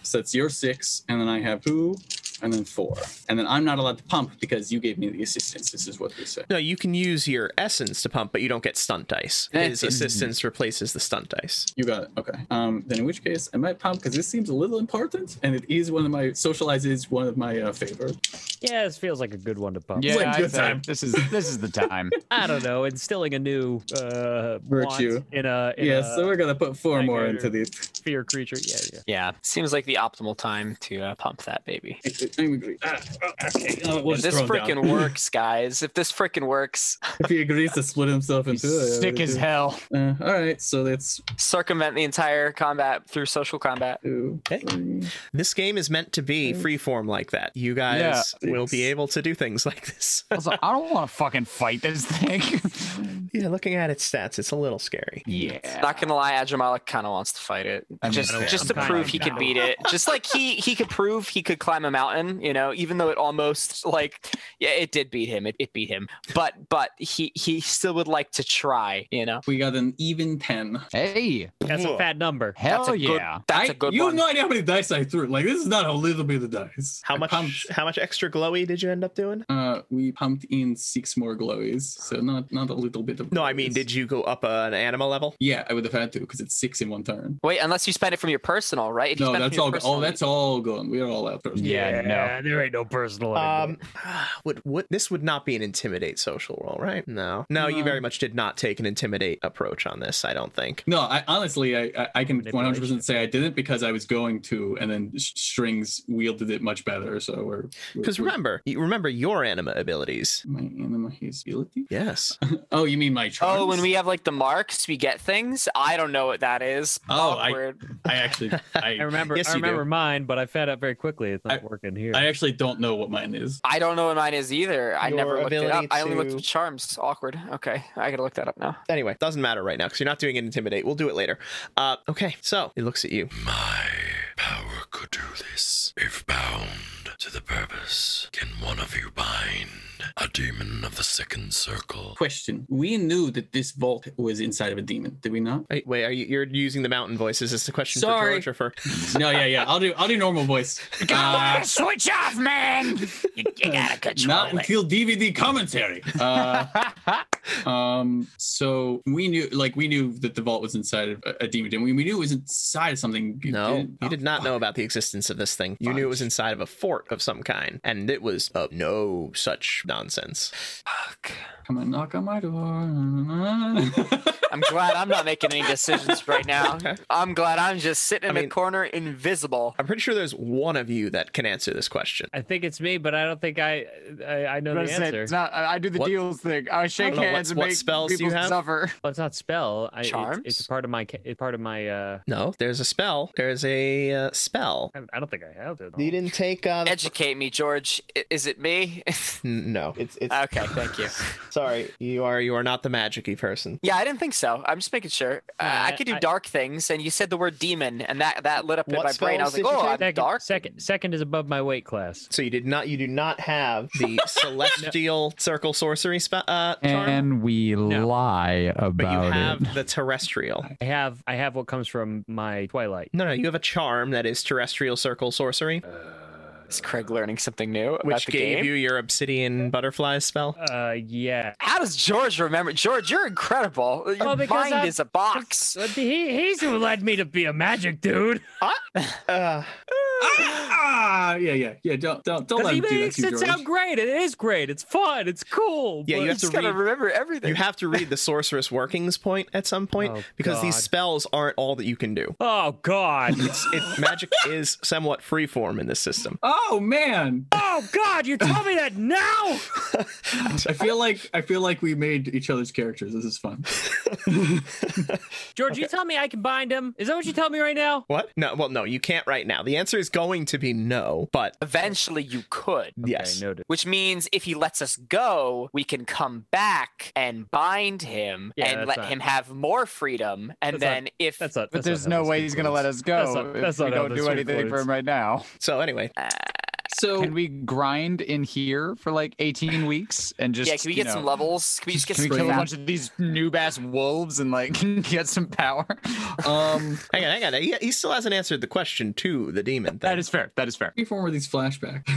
S4: So that's your six, and then I have two, and then four, and then I'm not allowed to pump because you gave me the assistance. This is what they say.
S1: No, you can use your essence to pump, but you don't get stunt dice.
S4: Eh.
S1: His assistance replaces the stunt dice.
S4: You got it. Okay. Um, then in which case I might pump because this seems a little important, and it is one of my socialize is one of my uh, favorite.
S3: Yeah, this feels like a good one to pump.
S2: Yeah,
S4: like
S2: I'd
S4: good
S2: say
S4: time.
S2: this is this is the time.
S3: I don't know, instilling a new uh, want
S4: Virtue.
S3: in a in
S4: yeah. So
S3: a
S4: we're gonna put four
S3: I
S4: more
S3: got
S4: into
S3: it.
S4: the
S2: fear creature. Yeah, yeah.
S5: Yeah, seems like the optimal time to uh, pump that baby.
S4: I agree. Ah, oh, okay. Oh, we'll
S5: If
S4: just
S5: this
S4: throw him down.
S5: freaking works, guys. If this freaking works,
S4: If he agrees to split himself into two, yeah,
S2: Sick
S4: we
S2: as
S4: do.
S2: hell.
S4: Uh, all right, so that's
S5: circumvent the entire combat through social combat.
S4: two.
S1: Okay.
S4: three.
S1: This game is meant to be freeform like that. You guys will be able to do things like this.
S2: Also, I don't want to fucking fight this thing.
S1: yeah, looking at its stats, it's a little scary.
S2: yeah.
S5: Not gonna lie, Ajamala kind of wants to fight it,
S2: I mean,
S5: just
S2: I don't-
S5: just to
S2: I'm kinda
S5: prove he could
S2: down.
S5: beat it. Just like he he could prove he could climb a mountain, you know. Even though it almost like yeah, it did beat him. It, it beat him, but but he he still would like to try, you know.
S4: We got an even ten.
S8: Hey,
S3: That's a fat number.
S8: hell
S5: That's a good-
S8: yeah.
S5: That's
S4: I-
S5: a good
S4: You
S5: one.
S4: have no idea how many dice I threw. Like this is not a little bit of dice.
S1: How
S4: I
S1: much
S4: pumped-
S1: how much extra glowy did you end up doing?
S4: uh, we pumped in six more glowies, so not not a little bit of.
S1: No, I mean, did you go up uh, an anima level?
S4: Yeah, I would have had to because it's six in one turn.
S5: Wait, unless you spend it from your personal, right? If you
S4: No,
S5: spend it from
S4: that's
S5: your
S4: all.
S5: personal,
S4: Oh, that's all gone. We are all out. first.
S8: Yeah, no.
S3: there ain't no personal.
S1: Um, would would this would not be an intimidate social roll, right? No, no, you very much did not take an intimidate approach on this. I don't think.
S4: No, I honestly, I, I, I can 100
S3: Manipulation.
S4: percent say I didn't because I was going to, and then S- strings wielded it much better. So we're we're-
S1: Because
S4: we're-
S1: remember, you remember your anima abilities.
S4: my anima his ability.
S1: Yes.
S4: Oh, you mean my charms?
S5: Oh, when we have like the marks, we get things. I don't know what that is.
S4: Oh, I-
S5: Awkward.
S4: I actually,
S3: I
S4: I,
S3: remember,
S1: yes,
S3: I
S1: you do.
S3: remember mine, but I found out very quickly it's not
S4: I-
S3: working here.
S4: I actually don't know what mine is.
S5: I don't know what mine is either. I never
S1: Your
S5: looked it up.
S1: ability
S5: I only looked
S1: to-
S5: at charms. Awkward. Okay, I gotta look that up now.
S1: anyway, doesn't matter right now because you're not doing an intimidate. We'll do it later. Uh, okay. So it looks at you.
S6: My power could do this. If bound to the purpose, can one of you bind a demon of the second circle?
S4: Question: We knew that this vault was inside of a demon, did we not?
S1: Wait, wait, are you? You're using the mountain voice. Is this the question
S4: Sorry.
S1: for George or for?
S4: no, yeah, yeah. I'll do, I'll do normal voice. Uh,
S8: Ah, switch off, man. You, you gotta control
S4: not
S8: it.
S4: until DVD commentary. Uh, um, so we knew, like, we knew that the vault was inside of a, a demon. Didn't we? We knew it was inside of something. You
S1: No,
S4: didn't-
S1: you did not
S4: fuck.
S1: know about the existence of this thing. You knew it was inside of a fort of some kind, and it was of no such nonsense.
S5: Fuck.
S4: Come and knock on my door.
S5: I'm glad I'm not making any decisions right now. I'm glad I'm just sitting in
S1: I
S5: a
S1: mean-
S5: corner, invisible.
S1: I'm pretty sure there's one of you that can answer this question.
S3: I think it's me, but I don't think I I, I know
S2: I
S3: the
S2: was gonna say,
S3: answer.
S2: it's not, I I do the
S1: What-
S2: deals thing. I shake
S1: know, what-
S2: hands and
S1: what
S2: make
S1: spells do you
S2: people
S1: have?
S2: suffer.
S3: well, it's not spell. I, it's, it's
S5: Charms?
S3: a part of my. ca- It's part of my. Uh,
S1: No, there's a spell. There's a uh, spell.
S3: I, I don't think I have it.
S1: You didn't take. Uh, the...
S5: Educate me, George. I- Is it me?
S1: N- no, it's it's.
S8: Uh,
S5: okay, thank you.
S1: Sorry, you are you are not the magicy person.
S5: Yeah, I didn't think so. I'm just making sure. Uh,
S3: Yeah,
S5: I
S3: I-
S5: could do
S3: I-
S5: dark things, and you said the word demon, and that that lit up in
S1: What
S5: my brain. I
S1: spells
S5: was like,
S1: did you
S5: oh,
S1: take?
S5: I'm
S3: Second,
S5: dark.
S3: second, second is above my weight class.
S1: So you did not. You do not have the celestial circle sorcery spell. Uh, charm,
S8: And we
S3: No.
S8: lie about
S1: but you
S8: it.
S1: have the terrestrial.
S3: I have I have what comes from my twilight.
S1: No, no, you have a charm that is terrestrial circle sorcery,
S3: Uh,
S5: Is Craig learning something new about
S1: which
S5: the
S1: gave
S5: game?
S1: you your obsidian butterfly spell.
S3: Uh, yeah.
S5: How does George remember? George, you're incredible. Your
S3: Oh, because
S5: mind
S3: I'm-
S5: is a box.
S3: But he, he's who led me to be a magic dude.
S1: Uh,
S4: ah, yeah, yeah, yeah. Don't, don't, don't
S3: Because
S4: let
S3: he
S4: him do that
S3: makes
S4: to
S3: it
S4: you,
S3: sound
S4: George.
S3: great. It is great. It's fun. It's cool.
S1: Yeah, you
S3: but-
S1: have to
S5: He's gotta
S1: read-
S5: remember everything.
S1: you have to read the sorceress workings point at some point
S3: Oh,
S1: because these
S3: God.
S1: spells aren't all that you can do.
S3: Oh God.
S1: It's, it, magic is somewhat freeform in this system.
S4: Oh man,
S3: oh God. You tell me that now.
S4: I feel like I feel like we made each other's characters. This is fun.
S3: George, you tell me I can bind him. Is that what you tell me right now?
S1: What? No, well, no, you can't right now. The answer is going to be no, but
S5: Eventually, you could.
S1: yes.
S3: Okay, noted.
S5: Which means if he lets us go, we can come back and bind him
S3: Yeah,
S5: and
S3: that's
S5: let
S3: not-
S5: him have more freedom. And
S3: That's not-
S5: then if
S3: That's not.
S2: But
S3: that's not
S2: there's
S3: how
S2: no
S3: this
S2: way
S3: game
S2: he's gonna
S3: works.
S2: let us go.
S3: That's not-
S2: if
S3: that's
S2: we
S3: not how
S2: don't
S3: this
S2: do
S3: works.
S2: anything for him right now.
S1: So anyway,
S4: So
S2: Can we grind in here for like 18 weeks and just
S5: yeah, can we
S2: you
S5: get
S2: know,
S5: some levels? Can we just get
S2: Can we
S5: some
S2: kill a
S5: fat-
S2: bunch of these noob ass wolves and like get some power?
S4: um,
S1: hang on, hang on. He, he still hasn't answered the question to the demon. Thing.
S2: That is fair. That is fair.
S4: reform with these flashbacks.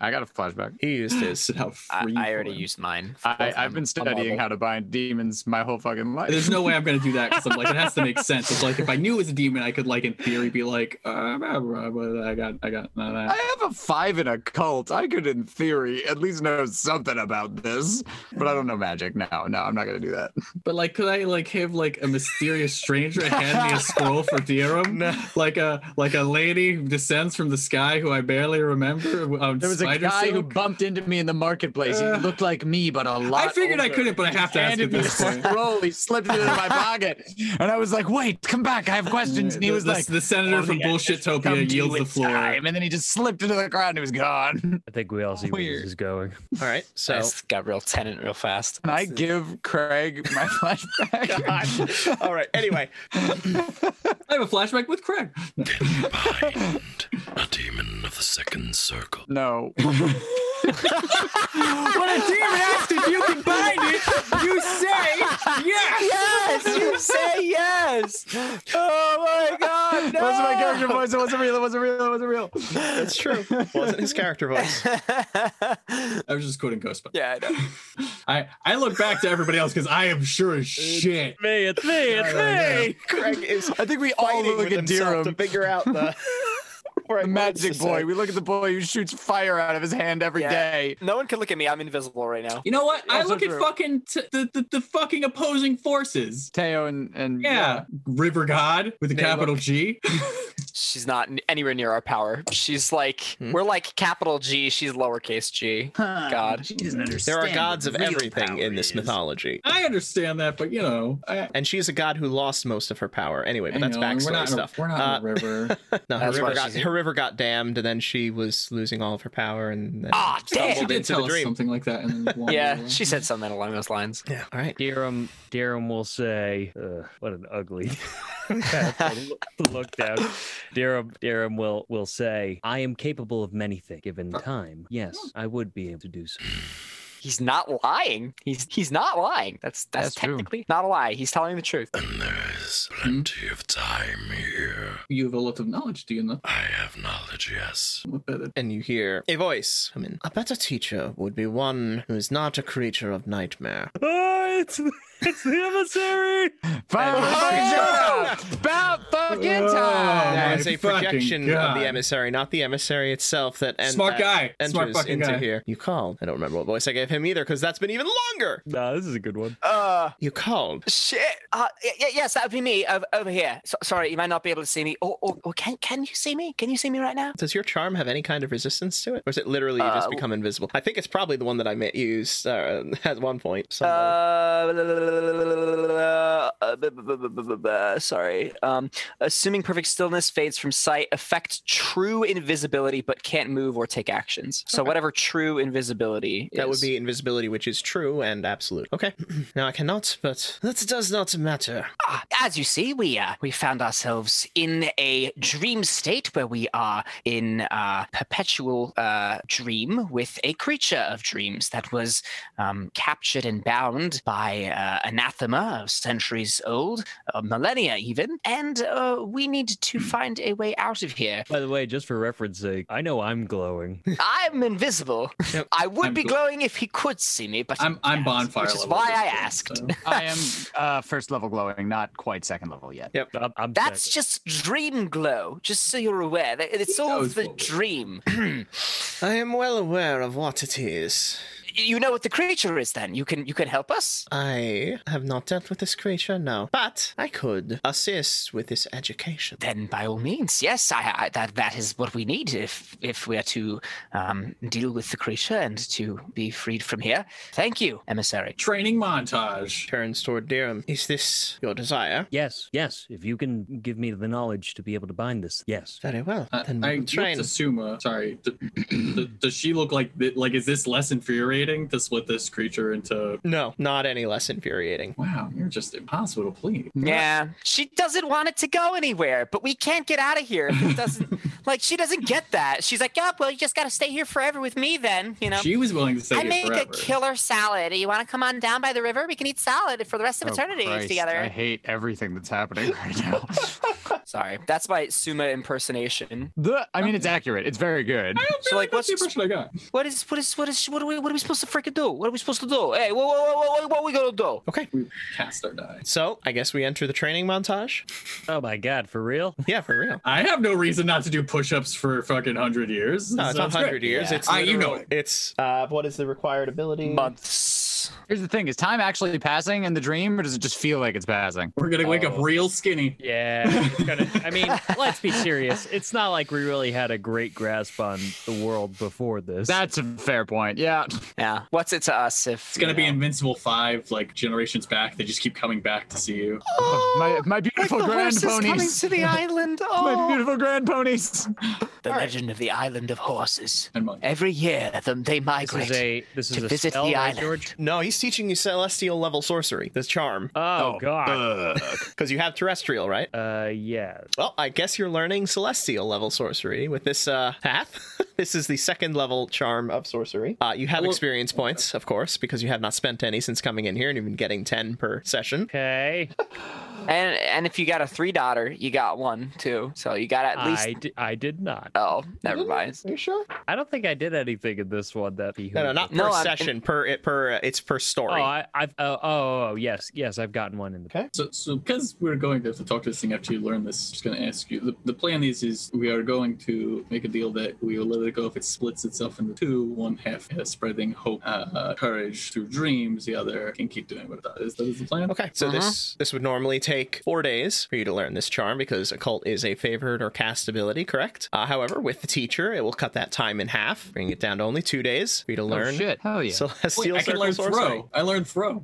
S2: I got a flashback.
S1: He used his.
S4: This is how
S5: I,
S4: free.
S5: I already
S4: form.
S5: used mine.
S2: I, I've been studying how to bind demons my whole fucking life.
S4: There's no way I'm gonna do that because I'm like it has to make sense. It's like if I knew it was a demon, I could like in theory be like, uh, blah, blah, blah, I got, I got none of that.
S2: I have a five in occult. I could, in theory, at least know something about this, but I don't know magic. No, no, I'm not gonna do that.
S4: But like, could I like have like a mysterious stranger hand me a scroll for Theorem? Like a like a lady who descends from the sky who I barely remember. Um,
S2: There was a
S4: spider
S2: guy who
S4: silk?
S2: bumped into me in the marketplace.
S4: Uh,
S2: he looked like me, but a lot.
S4: I figured I
S2: older.
S4: couldn't, but I have to ask at
S2: Handed me a
S4: this point.
S2: scroll. He slipped it into my pocket, and I was like, "Wait, come back! I have questions." And he
S4: The-
S2: was
S4: the,
S2: like,
S4: the senator from Bullshitopia yields the floor.
S2: Time. And then he just slipped into the ground and he was gone.
S3: I think we all see where
S2: Weird.
S3: this is going.
S1: All right. So.
S5: got real tenant real fast.
S2: And I give Craig my flashback.
S1: All right. Anyway,
S4: I have a flashback with Craig.
S6: Bind a demon of the second circle.
S2: no.
S5: When a demon asks if you can bind it, you say yes. Yes, you say yes. Oh my God! No.
S2: Wasn't my character voice. It wasn't real. It wasn't real. It wasn't real.
S1: that's true. Wasn't his character voice.
S4: I was just quoting Ghostbusters.
S5: yeah, I know.
S4: I I look back to everybody else because I am sure as shit.
S3: Me, it's me, it's me.
S1: Craig is
S2: I think we all
S1: fighting
S2: look
S1: with
S2: at
S1: himself to
S2: Dirham,
S1: figure out the. right
S2: the
S1: words to
S2: magic
S1: say.
S2: boy. We look at the boy who shoots fire out of his hand every
S5: Yeah.
S2: day.
S5: No one can look at me. I'm invisible right now.
S4: You know what? I
S2: Also
S4: look at
S2: true.
S4: fucking t- the, the the fucking opposing forces.
S2: Teo and and
S4: Yeah, River God with a
S1: They
S4: capital
S1: look-
S4: G.
S5: She's not n- anywhere near our power. She's like we're like capital G. She's lowercase G. God.
S1: There are gods of everything in this mythology.
S4: I understand that, but you know, I,
S1: And she's a god who lost most of her power. Anyway, but
S4: I
S1: that's
S4: know,
S1: backstory
S4: we're not, in a-
S1: stuff.
S4: We're not
S1: Uh,
S4: in a river.
S1: No, her
S5: That's
S1: river,
S5: why
S1: got,
S5: she's-
S1: her river got damned, and then she was losing all of her power, and then
S5: Ah, damn.
S4: she
S1: stumbled
S4: did
S1: into
S4: tell
S1: the
S4: us
S1: dream.
S4: something like that. And then
S5: Yeah, she said something along those lines.
S1: Yeah. All right.
S3: Dirham, Dirham will say, Ugh, "What an ugly look- look down." Dirham, Dirham will will say, "I am capable of many things, given
S2: Uh.
S3: time. Yes, I would be able to do so."
S5: He's not lying. He's he's not lying. That's that's,
S2: That's true.
S5: technically not a lie. He's telling the truth.
S6: And there is plenty of time here.
S4: "You have a lot of knowledge, do you know?"
S6: I have knowledge, yes.
S4: What better?
S1: And you hear a voice come in. A better teacher would be one who is not a creature of nightmare.
S3: Oh, it's it's the emissary.
S5: Oh,
S2: Fire about fucking time.
S1: That
S4: Oh my
S1: is a
S4: fucking
S1: projection of
S4: God.
S1: the emissary, not the emissary itself. That en-
S4: Smart
S1: that
S4: guy.
S1: enters
S4: Smart fucking
S1: into
S4: guy.
S1: here. You called. I don't remember what voice I gave him either, because that's been even longer.
S3: Nah, this is a good one.
S5: Uh
S1: You called.
S5: shit. Uh, y- y- yes, that would be me over, over here. So, sorry, you might not be able to see me. Or, or, or can can you see me? Can you see me right now?
S1: Does your charm have any kind of resistance to it, or is it literally you just
S5: Uh,
S1: become invisible? I think it's probably the one that I ma- used uh, at one point. somewhere.
S5: Uh, uh, bu- bu- bu- bu- bu- bu- bu- sorry. Um, assuming perfect stillness fades from sight, affect true invisibility, but can't move or take actions. So whatever true invisibility
S1: That would
S5: is.
S1: be invisibility, which is true and absolute. Okay. now I cannot, but that does not matter.
S5: Ah, as you see, we uh, we found ourselves in a dream state where we are in a perpetual uh, dream with a creature of dreams that was um, captured and bound by uh, anathema of centuries old, uh, millennia even, and uh, we need to
S4: Hmm.
S5: find a way out of here.
S3: By the way, just for reference sake, I know I'm glowing.
S5: I'm invisible.
S1: Yep.
S5: I would
S4: I'm
S5: be
S4: gl-
S5: glowing if he could see me, but he
S4: I'm I'm
S5: can't,
S4: bonfire.
S5: which is
S4: level at
S5: why
S4: this
S5: I
S4: point,
S5: asked.
S4: so.
S2: I am uh, first level glowing, not quite second level yet.
S3: I'm, I'm
S5: That's just dream glow, just so you're aware. That It's all
S4: knows
S5: the
S4: what we're-
S5: dream.
S1: I am well aware of what it is.
S5: you know what the creature is then you can you can help us
S1: I have not dealt with this creature, no. But I could assist with this education.
S5: then by all means yes i, I that that is what we need if if we're to um, deal with the creature and to be freed from here thank you emissary
S4: Training montage.
S1: Turns toward Dirham. Is this your desire?
S3: Yes, yes. If you can give me the knowledge to be able to bind this, yes.
S1: Very well.
S4: I,
S1: then we
S4: Uh, I
S1: will
S4: looked
S1: train.
S4: at Suma. Sorry, d- d- does she look like th- like is this less infuriating infuriating to split this creature into.
S1: No, not any less infuriating.
S4: Wow, you're just impossible to please.
S5: Yeah, she doesn't want it to go anywhere, but we can't get out of here if it doesn't. like she doesn't get that. She's like, "Yeah, well, you just got to stay here forever with me, then." You know.
S4: She was willing to stay
S5: I
S4: here
S5: make a
S4: forever.
S5: killer salad. You want to come on down by the river? We can eat salad for the
S4: Oh,
S5: rest of eternity together.
S8: Oh, I hate everything that's happening right now.
S5: Sorry, that's my Suma impersonation.
S8: the, I mean, it's accurate. It's very good.
S4: I don't
S5: So,
S4: feel like,
S5: like,
S4: that's the
S5: what's-
S4: impression I got.
S5: What is what is what is what are we what are we supposed to freaking do? What are we supposed to do? Hey, whoa, whoa, whoa, whoa, what are we gonna do?
S1: Okay.
S4: We cast our die.
S1: So I guess we enter the training montage.
S3: Oh my god, for real?
S1: Yeah, for real.
S4: I have no reason not to do push-ups for fucking hundred years.
S1: No, it's
S4: So
S1: not hundred
S4: great.
S1: years.
S5: Yeah.
S1: It's
S4: Ah, you
S1: literal-
S4: know it.
S1: It's uh, what is the required ability?
S5: Months.
S8: Here's the thing: is time actually passing in the dream, or does it just feel like it's passing?
S4: We're gonna wake up real skinny.
S3: Yeah. gonna- I mean, let's be serious. It's not like we really had a great grasp on the world before this.
S8: That's a fair point. Yeah.
S5: Yeah. What's it to us if
S4: It's gonna be Invincible Five, like generations back. They just keep coming back to see you.
S8: my my beautiful grand ponies.
S5: to the island. Oh.
S2: Oh.
S8: My beautiful grand ponies.
S5: the legend of the island of horses.
S4: And money.
S5: Every year, them they
S3: this
S5: migrate
S3: is a this is
S5: to
S3: a
S5: visit
S3: spell,
S5: the
S3: right,
S5: island.
S3: George.
S1: No, he's teaching you celestial level sorcery, this charm,
S3: Oh, god.
S1: because you have terrestrial, right?
S3: Uh, yeah.
S1: Well, I guess you're learning celestial level sorcery with this uh, path. this is the second level charm of sorcery. Uh, you have experience points, of course, because you have not spent any since coming in here, and you've been getting ten per session.
S3: Okay.
S5: And and if you got a three daughter, you got one too. So you got at least.
S3: I, di- I did not.
S5: Oh, never mind.
S1: Are you sure?
S3: I don't think I did anything in this one that behooved.
S1: No, no, not per
S5: No, I'm-
S1: session. Per it per uh, it's per
S3: Oh,
S1: story.
S3: I, I've. Oh, oh, oh, yes, yes, I've gotten one in the.
S4: So, so because we're going to have to talk to this thing after you learn this, I'm just going to ask you. The, the plan is, is we are going to make a deal that we will let it go if it splits itself into two. One half is spreading hope, uh, uh, courage through dreams. The other can keep doing what it does. That is the plan.
S1: Okay, so
S8: Uh-huh.
S1: this this would normally take four days for you to learn this charm because occult is a favored or cast ability, correct? Uh, however, with the teacher, it will cut that time in half, bring it down to only two days for you to learn.
S8: Oh, shit. Hell yeah.
S1: Celestial
S4: Wait, I can
S1: circle
S4: learn
S1: sorcery.
S4: throw. I learned throw.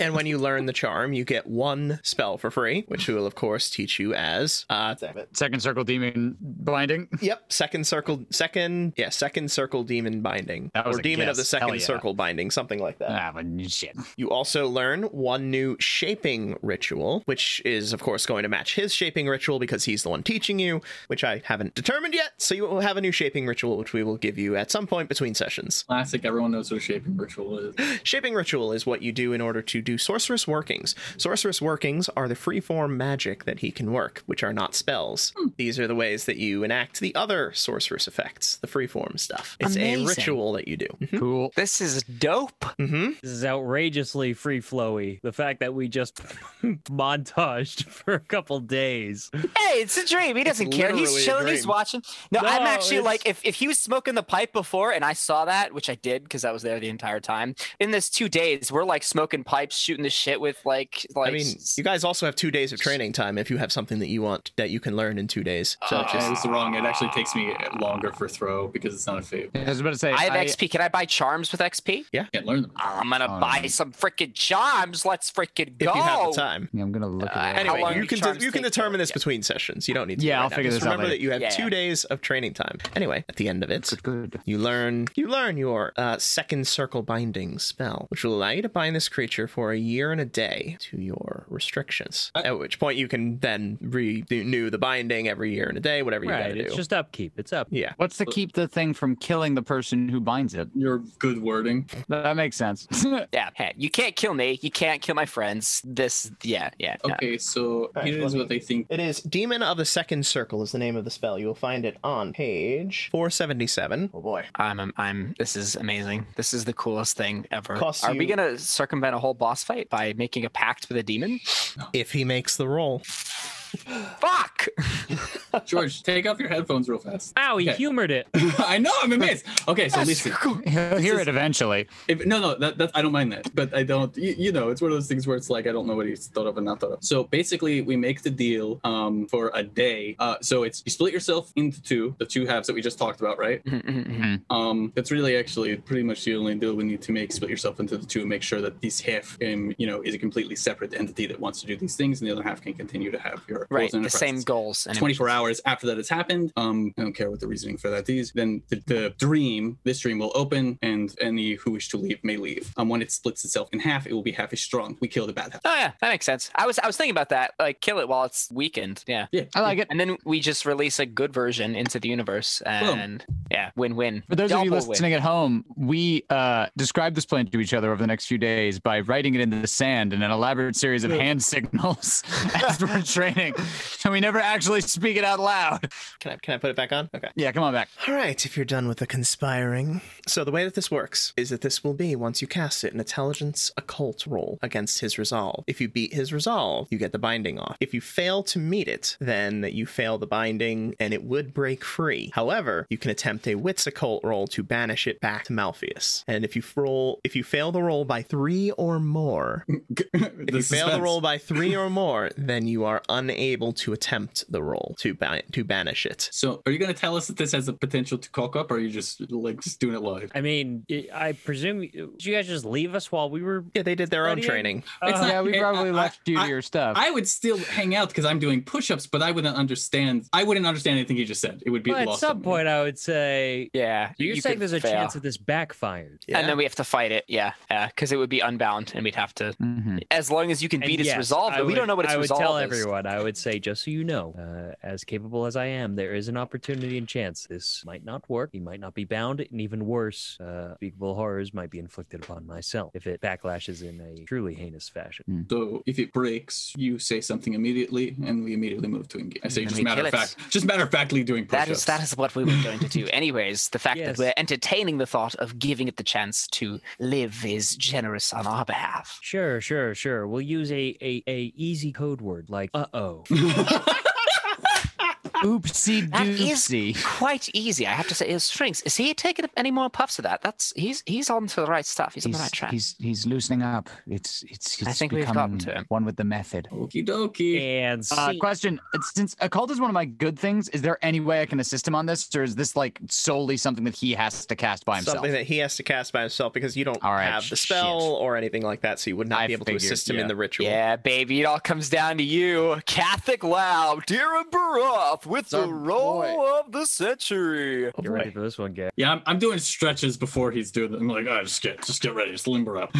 S1: And when you learn the charm, you get one spell for free, which we will of course teach you as uh
S8: Second circle demon blinding.
S1: Yep, second circle second yeah, second circle demon binding.
S8: That was
S1: or
S8: a
S1: demon of
S8: guess.
S1: the second
S8: Hell yeah.
S1: circle binding, something like that.
S8: Ah, but shit.
S1: You also learn one new shaping ritual, which is, of course, going to match his shaping ritual because he's the one teaching you, which I haven't determined yet. So you will have a new shaping ritual, which we will give you at some point between sessions.
S4: Classic. Everyone knows what a shaping ritual is.
S1: Shaping ritual is what you do in order to do sorceress workings. Sorceress workings are the freeform magic that he can work, which are not spells. These are the ways that you enact the other sorceress effects, the freeform stuff. It's
S5: Amazing.
S1: a ritual that you do. Mm-hmm.
S8: Cool.
S5: This is dope.
S1: hmm
S3: This is outrageously free flowy. The fact that we just montaged for a couple days.
S5: Hey, it's a dream. He doesn't care.
S1: literally
S5: He's
S1: a
S5: chilling. He's
S1: dream.
S5: watching. No, I'm
S3: No,
S5: actually
S3: it's-
S5: like, if, if he was smoking the pipe before and I saw that, which I did because I was there the entire time, in this two days, we're like smoking pipes, shooting the shit with like, like,
S1: I mean,
S5: s-
S1: you guys also have two days of training time if you have something that you want that you can learn in two days. So
S4: Uh,
S1: just
S4: it was wrong. It actually takes me longer for throw because it's not a fave.
S8: I was about to say.
S5: I have
S8: I-
S5: XP. Can I buy charms with XP?
S4: Can't learn them.
S5: I'm gonna
S8: Oh,
S5: buy
S8: no.
S5: some freaking charms. Let's freaking
S1: Um, if
S5: go.
S1: you have the time.
S8: Yeah, I'm gonna look
S5: Uh,
S8: at it.
S5: How
S1: Anyway,
S5: long
S1: you
S5: do
S1: can
S5: charms
S1: you can
S5: take to
S1: determine
S5: work?
S1: this between sessions. You don't need to. do
S8: Yeah,
S1: it right
S8: I'll
S1: now.
S8: figure
S1: Just
S8: this out
S1: Remember
S8: later.
S1: that you have
S5: Yeah,
S1: two
S5: yeah.
S1: days of training time. Anyway, at the end of it,
S8: Good, good.
S1: you learn you learn your uh, second circle binding spell, which will allow you to bind this creature for a year and a day to your restrictions.
S5: Uh
S1: at which point you can then renew the binding every year and a day, whatever you
S3: right,
S1: gotta
S3: it's
S1: do.
S3: just upkeep. It's up.
S1: yeah.
S8: What's to keep the thing from killing the person who binds it?
S4: Your good wording.
S8: That makes sense.
S5: Yeah, hey, you can't kill me. You can't kill my friends. This, yeah, yeah. no.
S4: Okay, so
S1: Alright,
S4: here
S1: let
S4: is
S1: me-
S4: what they think.
S1: It is Demon of the Second Circle is the name of the spell. You will find it on page 477. Oh boy.
S5: I'm, I'm, I'm. This is amazing. This is the coolest thing ever.
S1: Costs
S5: Are we
S1: you-
S5: gonna circumvent a whole boss fight by making a pact with a demon?
S1: If he makes the roll.
S5: Fuck!
S4: George, take off your headphones real fast.
S3: Wow, he
S4: Okay.
S3: humored it.
S4: I know, I'm amazed. Okay, so listen.
S8: He'll hear it eventually.
S4: If, no, no, that, that I don't mind that, but I don't. You, you know, it's one of those things where it's like I don't know what he's thought of and not thought of. So basically, we make the deal um, for a day. Uh, so it's you split yourself into two, the two halves that we just talked about, right?
S2: Mm-hmm.
S3: Mm-hmm.
S4: Um, that's really actually pretty much the only deal we need to make. Split yourself into the two and make sure that this half, um, you know, is a completely separate entity that wants to do these things, and the other half can continue to have your
S5: right,
S4: goals and
S5: the same
S4: interests.
S5: goals. And
S4: 24
S5: ambitions.
S4: hours after that has happened. Um, I don't care what the reasoning for that is. Then the, the dream, this dream will open, and any who wish to leave may leave. Um, when it splits itself in half, it will be half as strong. We kill the bad half.
S5: Oh yeah, that makes sense. I was I was thinking about that. Like kill it while it's weakened. Yeah.
S4: Yeah,
S2: I like it.
S5: And then we just release a good version into the universe and yeah, win win.
S2: For those of you listening at home, we uh, described this plan to each other over the next few days by writing it in the sand in an elaborate series of hand signals as we're training. And we never actually speak it out loud.
S1: Can I can I put it back on? Okay.
S2: Yeah, come on back.
S10: All right, if you're done with the conspiring. So, the way that this works is that this will be, once you cast it, an intelligence occult roll against his resolve. If you beat his resolve, you get the binding off. If you fail to meet it, then you fail the binding and it would break free. However, you can attempt a wits occult roll to banish it back to Malpheus. And if you roll, if you fail the roll by three or more, if you fail the roll by three or more, then you are unable to attempt the roll to ban- to banish it.
S4: So, are you going to tell us that this has the potential to cock up, or are you just like just doing it live?
S3: I mean, I- I presume you did you guys just leave us while we were. uh,
S10: Yeah, they did their own
S3: Studying?
S10: training.
S4: It's not-
S2: yeah, we
S4: I-
S2: probably
S4: I-
S2: left you
S4: I-
S2: to your stuff.
S4: I would still hang out because I'm doing push-ups, but I wouldn't understand. I wouldn't understand anything you just said. It would be
S3: Well, at
S4: lost on
S3: some
S4: me.
S3: point, I would say
S5: Yeah.
S3: you're
S5: you
S3: saying
S5: could
S3: there's a
S5: fail.
S3: chance that this backfired.
S10: Yeah.
S5: And then we have to fight it, yeah, because it would be unbound, and we'd have to.
S2: Mm-hmm.
S8: Mhm.
S5: As long as you can
S3: And
S5: beat its
S3: yes,
S5: resolve,
S3: I
S5: but we
S3: would-
S5: don't know what its
S3: I would
S5: resolve
S3: tell
S5: is.
S3: everyone. I would say, just so you know, uh, as capable as I am, there is an opportunity and chance this might not work. He might not be bound, and even worse, uh, unspeakable horrors might be inflicted upon myself if it backlashes in a truly heinous fashion.
S4: So if it breaks, you say something immediately, and we immediately move to engage. I say just
S5: we
S4: matter of
S5: kill it.
S4: fact, just matter of factly doing push-ups.
S5: That is that is what we were going to do. Anyways, the fact
S3: Yes.
S5: that we're entertaining the thought of giving it the chance to live is generous on our behalf.
S3: Sure, sure, sure. We'll use a a, a easy code word like uh oh.
S2: Oopsie
S5: That is
S2: doopsie.
S5: quite easy. I have to say, his strings. Is he taking any more puffs of that? That's he's he's on to the right stuff. He's, on the right
S8: He's,
S5: track.
S8: he's he's loosening up. It's it's. it's
S5: I think we've
S8: become
S5: gotten to him.
S8: one with the method.
S4: Okie dokie.
S3: And
S5: Ah,
S2: Uh,
S3: scene.
S2: question: Since occult is one of my good things, is there any way I can assist him on this, or is this like solely something that he has to cast by himself?
S1: Something that he has to cast by himself because you don't
S2: All right,
S1: have the
S2: shit.
S1: spell or anything like that, so you would not
S2: I
S1: be able
S2: figured,
S1: to assist him
S2: yeah.
S1: in the ritual.
S5: Yeah, baby, it all comes down to you. Catholic Lau, Dira Baroth with the roll of the century.
S3: Get ready for this one, guy.
S4: Yeah, I'm, I'm doing stretches before he's doing them. I'm like, oh, just get just get ready, just limber up.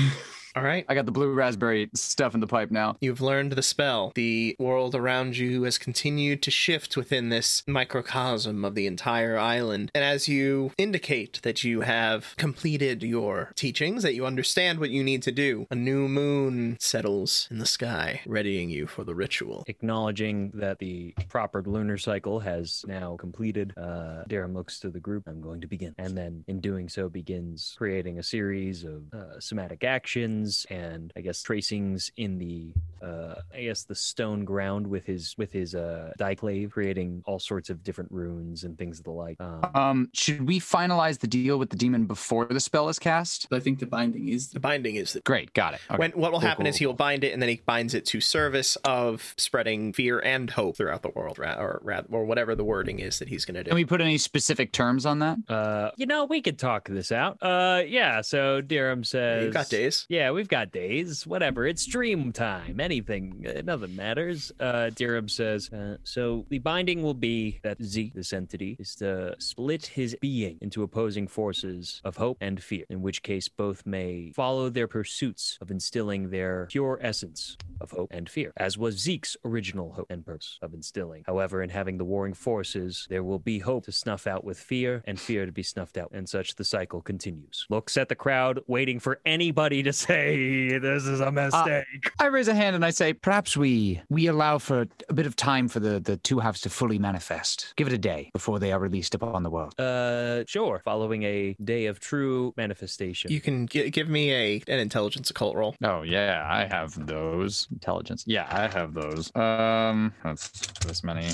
S1: All right.
S2: I got the blue raspberry stuff in the pipe now.
S1: You've learned the spell. The world around you has continued to shift within this microcosm of the entire island. And as you indicate that you have completed your teachings, that you understand what you need to do, a new moon settles in the sky, readying you for the ritual.
S3: acknowledging that the proper lunar cycle has now completed uh Darren looks to the group I'm going to begin and then in doing so begins creating a series of uh, somatic actions and I guess tracings in the uh I guess the stone ground with his with his uh diclave creating all sorts of different runes and things of the like um,
S8: Um, should we finalize the deal with the demon before the spell is cast?
S4: I think the binding is
S1: The binding is the
S8: Great, got it. Okay.
S1: When, what will
S8: Cool,
S1: happen
S8: cool,
S1: is he'll bind it, and then he binds it to service of spreading fear and hope throughout the world, ra- or ra- or whatever the wording is that he's going to do.
S8: Can we put any specific terms on that?
S3: uh you know we could talk this out uh yeah so Darren says
S1: You've got days.
S3: Yeah, we've got days. Whatever. It's dream time. Anything. Uh, nothing matters. Uh, Dirham says, uh, so the binding will be that Z, this entity, is to split his being into opposing forces of hope and fear, in which case both may follow their pursuits of instilling their pure essence of hope and fear, as was Zeke's original hope and purpose of instilling. However, in having the warring forces, there will be hope to snuff out with fear and fear to be snuffed out, and such the cycle continues. Looks at the crowd, waiting for anybody to say, This is a mistake.
S8: I raise a hand and I say, perhaps we we allow for a bit of time for the the two halves to fully manifest. Give it a day before they are released upon the world.
S3: Uh, sure. Following a day of true manifestation.
S1: You can g- give me a an intelligence occult roll.
S11: Oh yeah, I have those intelligence. Yeah, I have those. Um, that's this many.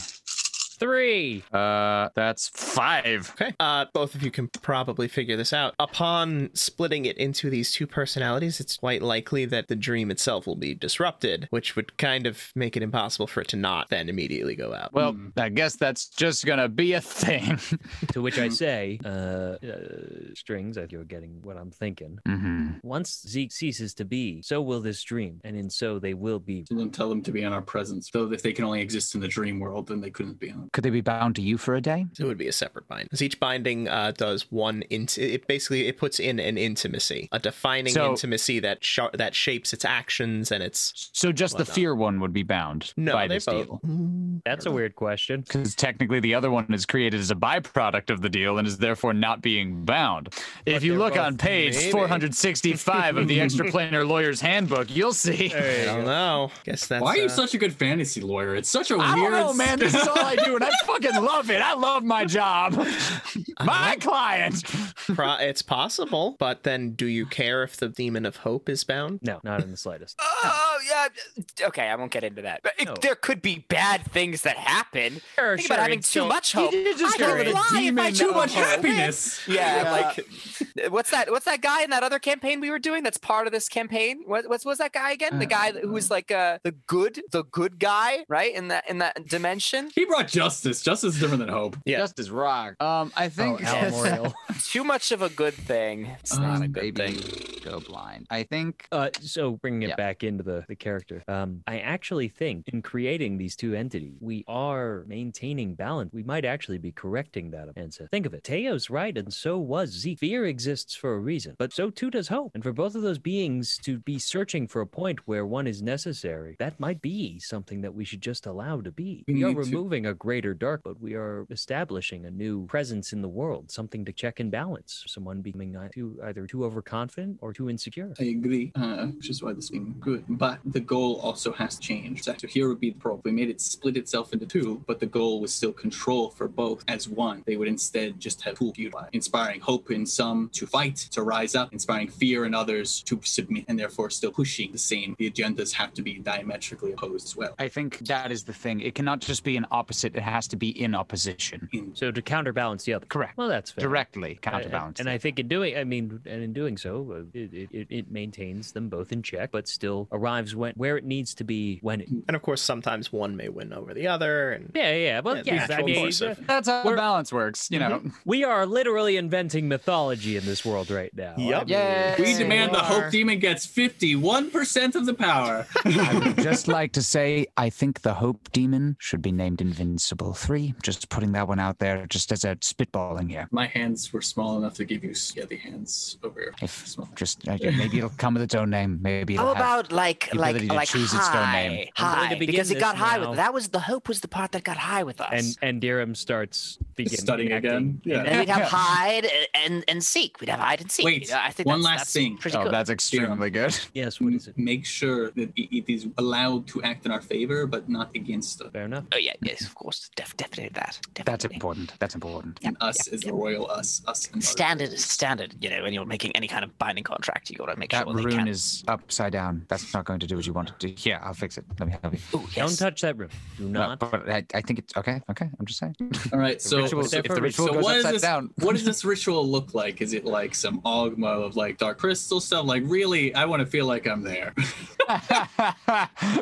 S3: Three.
S11: Uh, that's five.
S1: Okay. Uh, both of you can probably figure this out. Upon splitting it into these two personalities, it's quite likely that the dream itself will be disrupted, which would kind of make it impossible for it to not then immediately go out.
S11: Well, I guess that's just gonna be a thing.
S3: To which I say, uh, uh, strings, if you're getting what I'm thinking.
S8: Mm-hmm.
S3: Once Zeke ceases to be, so will this dream, and in so they will be
S4: So don't tell them to be in our presence. Though if they can only exist in the dream world, then they couldn't be on.
S2: Could they be bound to you for a day?
S1: So it would be a separate bind. 'Cause each binding uh, does one. Int- it basically it puts in an intimacy, a defining
S2: So-
S1: intimacy that sh- that shapes its actions and its.
S2: So just the
S1: Why not?
S2: fear one would be bound
S1: No,
S2: by
S1: they
S2: this
S1: both.
S2: deal.
S3: That's a weird question.
S2: Because technically, the other one is created as a byproduct of the deal and is therefore not being bound. if you
S1: they're
S2: look
S1: both
S2: on page
S1: maybe.
S2: 465 of the Extraplanar Lawyer's Handbook, you'll see.
S1: I don't know. Guess that's.
S4: Why are
S1: uh,
S4: you such a good fantasy lawyer? It's such a
S2: I
S4: weird.
S2: don't know, man. This is all I do, and I fucking love it. I love my job. My client.
S1: pro- it's possible, but then do you care if the demon of hope is bound?
S3: No, not in the slightest.
S5: Oh yeah. Okay, I won't get into that. But it,
S3: No.
S5: there could be bad things that happen.
S3: Sure,
S5: Think about having too much hope.
S2: did just
S5: I
S2: call
S5: could
S2: it a
S5: lie if
S2: demon
S5: I
S4: Too
S5: chose
S4: much
S5: hope.
S4: happiness.
S5: Yeah, like what's that? What's that guy in that other campaign we were doing? That's part of this campaign. What what's, was that guy again? The guy who was like uh, the good, the good guy, right? In that in that dimension.
S4: He brought justice. Justice is different than hope.
S1: Yeah.
S12: Justice Rock. Um, I think
S3: Al Morial.
S5: Too much of a good thing. It's not a
S2: Um,
S5: good
S2: baby,
S5: thing.
S2: Go blind. I think
S3: Uh, so bringing it
S2: Yeah.
S3: back into the, the character, um, I actually think in creating these two entities, we are maintaining balance. We might actually be correcting that. And so think of it. Teo's right, and so was Zeke. Fear exists for a reason, but so too does hope. And for both of those beings to be searching for a point where one is necessary, that might be something that we should just allow to be.
S4: We
S3: We are
S4: need to-
S3: removing a greater dark, but we are establishing a new presence in the world, something to check and balance. Someone becoming ei- too, either too overconfident or too insecure.
S4: I agree, uh, which is why this thing good. But the goal also has to change. So here would be the problem. We made it split itself into two, but the goal was still control for both as one. They would instead just have two utilize, inspiring hope in some to fight, to rise up, inspiring fear in others to submit, and therefore still pushing the same. The agendas have to be diametrically opposed as well.
S2: I think that is the thing. It cannot just be an opposite. It has to be in opposition.
S4: In
S3: So to counterbalance the other.
S2: Correct.
S3: Well, that's fair.
S2: Directly
S3: Uh,
S2: counterbalance.
S3: And I think in doing, I mean, and in doing so, uh, it, it- it, it maintains them both in check, but still arrives when where it needs to be when. It,
S1: And of course, sometimes one may win over the other, and
S3: yeah, yeah, well, yeah. I
S1: natural
S3: mean,
S1: course of-
S2: that's how
S3: We're-
S2: balance works, you know.
S3: we are literally inventing mythology in this world right now.
S1: Yep.
S2: Yeah.
S4: we demand the Hope Demon gets 51% of the power.
S2: I would just like to say I think the Hope Demon should be named Invincible 3. Just putting that one out there just as a spitballing here.
S4: My hands were small enough to give you scaly hands over here.
S2: If just uh, maybe it'll come with its own name. Maybe it'll
S5: How
S2: have-
S4: Oh,
S5: about like
S2: the
S5: like
S2: ability to
S5: like
S2: choose
S5: high,
S2: its own name.
S3: I'm going to
S5: high
S3: begin
S5: because it
S3: this
S5: got high
S3: now.
S5: with that was the hope was the part that got high with us.
S3: And and Dirham starts begin,
S4: Studying
S3: enacting-
S4: again. Yeah.
S5: And then we'd have hide and and seek. We'd have hide and seek.
S4: Wait,
S5: You know, I think
S4: one
S5: that's,
S4: last
S5: that's
S4: thing.
S5: Pretty
S2: Oh,
S5: good.
S2: that's extremely good.
S3: Yes, what is it?
S4: make sure that it it is allowed to act in our favor, but not against us.
S3: Fair enough.
S5: Oh yeah, yes, of course, def- definitely that. Definitely.
S2: That's important. That's important.
S5: Yeah,
S4: And us
S5: yeah,
S4: is
S5: yeah.
S4: the royal us. Us and others.
S5: standard. is Standard. You know, when you're making any kind of binding contract, you got to make
S2: That
S5: sure they
S2: rune
S5: can.
S2: is upside down. That's not going to do what you want it to. Here, I'll fix it. Let me help you.
S5: Ooh, yes.
S3: Don't touch that room. Do
S2: No,
S3: not.
S2: but I, I think it's okay. Okay, I'm just saying.
S4: All right. So,
S2: ritual-
S4: so,
S2: if the ritual
S4: so
S2: goes
S4: what is
S2: upside
S4: this?
S2: down.
S4: What does this ritual look like? Is it like some ogma of like dark crystal stuff? Like really, I want to feel like I'm there.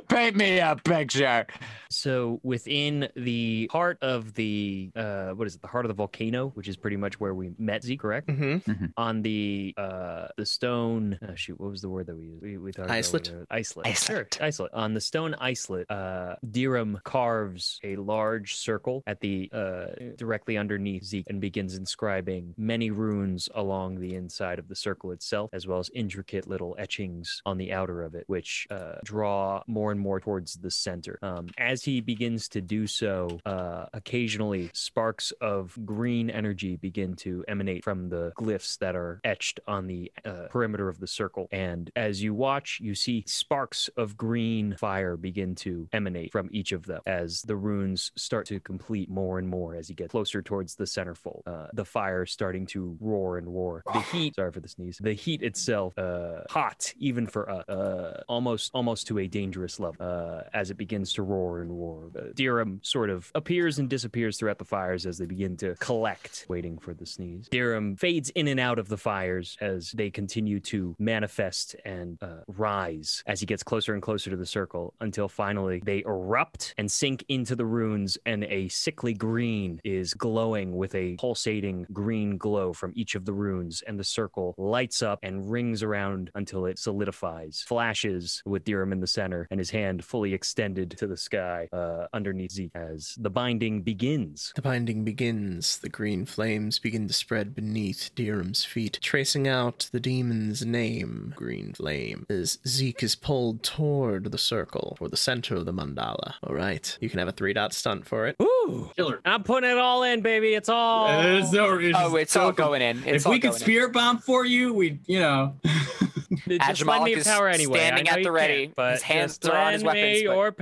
S2: Paint me a picture.
S3: So within the heart of the uh, what is it? The heart of the volcano, which is pretty much where we met Z, correct?
S1: Mhm.
S3: on the uh the stone oh, shoot what was the word that we used we, we talked about
S1: Icelet?
S3: whether- icelet
S5: Icelet.
S3: Sure, icelet on the stone icelet uh Dirham carves a large circle at the uh directly underneath Zeke and begins inscribing many runes along the inside of the circle itself as well as intricate little etchings on the outer of it which uh draw more and more towards the center um as he begins to do so uh occasionally sparks of green energy begin to emanate from the glyphs that are etched on the uh, perimeter of the circle. And as you watch, you see sparks of green fire begin to emanate from each of them as the runes start to complete more and more as you get closer towards the centerfold. Uh, the fire starting to roar and roar. The heat, sorry for the sneeze, the heat itself, uh, hot even for us, uh, almost almost to a dangerous level uh, as it begins to roar and roar. Uh, Dirham sort of appears and disappears throughout the fires as they begin to collect, waiting for the sneeze. Dirham fades in and out of the fires as they continue to manifest and uh, rise as he gets closer and closer to the circle until finally they erupt and sink into the runes, and a sickly green is glowing with a pulsating green glow from each of the runes, and the circle lights up and rings around until it solidifies, flashes waves with Dirham in the center and his hand fully extended to the sky uh, underneath Zeke as the binding begins.
S1: The binding begins. The green flames begin to spread beneath Dirham's feet, tracing out the demon's name, Green Flame, as Zeke is pulled toward the circle, toward the center of the mandala. All right, you can have a three dot stunt for it.
S3: Ooh!
S4: Killer.
S3: I'm putting it all in, baby. It's all.
S4: Uh, There's no reason.
S5: Oh, it's all going in. It's
S4: If
S5: all
S4: we could
S5: going in.
S4: spirit bomb for you, we, you know,
S3: just lend me
S5: Ajamalak is
S3: power anyway.
S5: standing
S3: I know
S5: at the
S3: you
S5: ready.
S3: can't, but
S5: His hands
S3: just
S5: are on his
S3: lend me
S5: weapons, but-
S3: your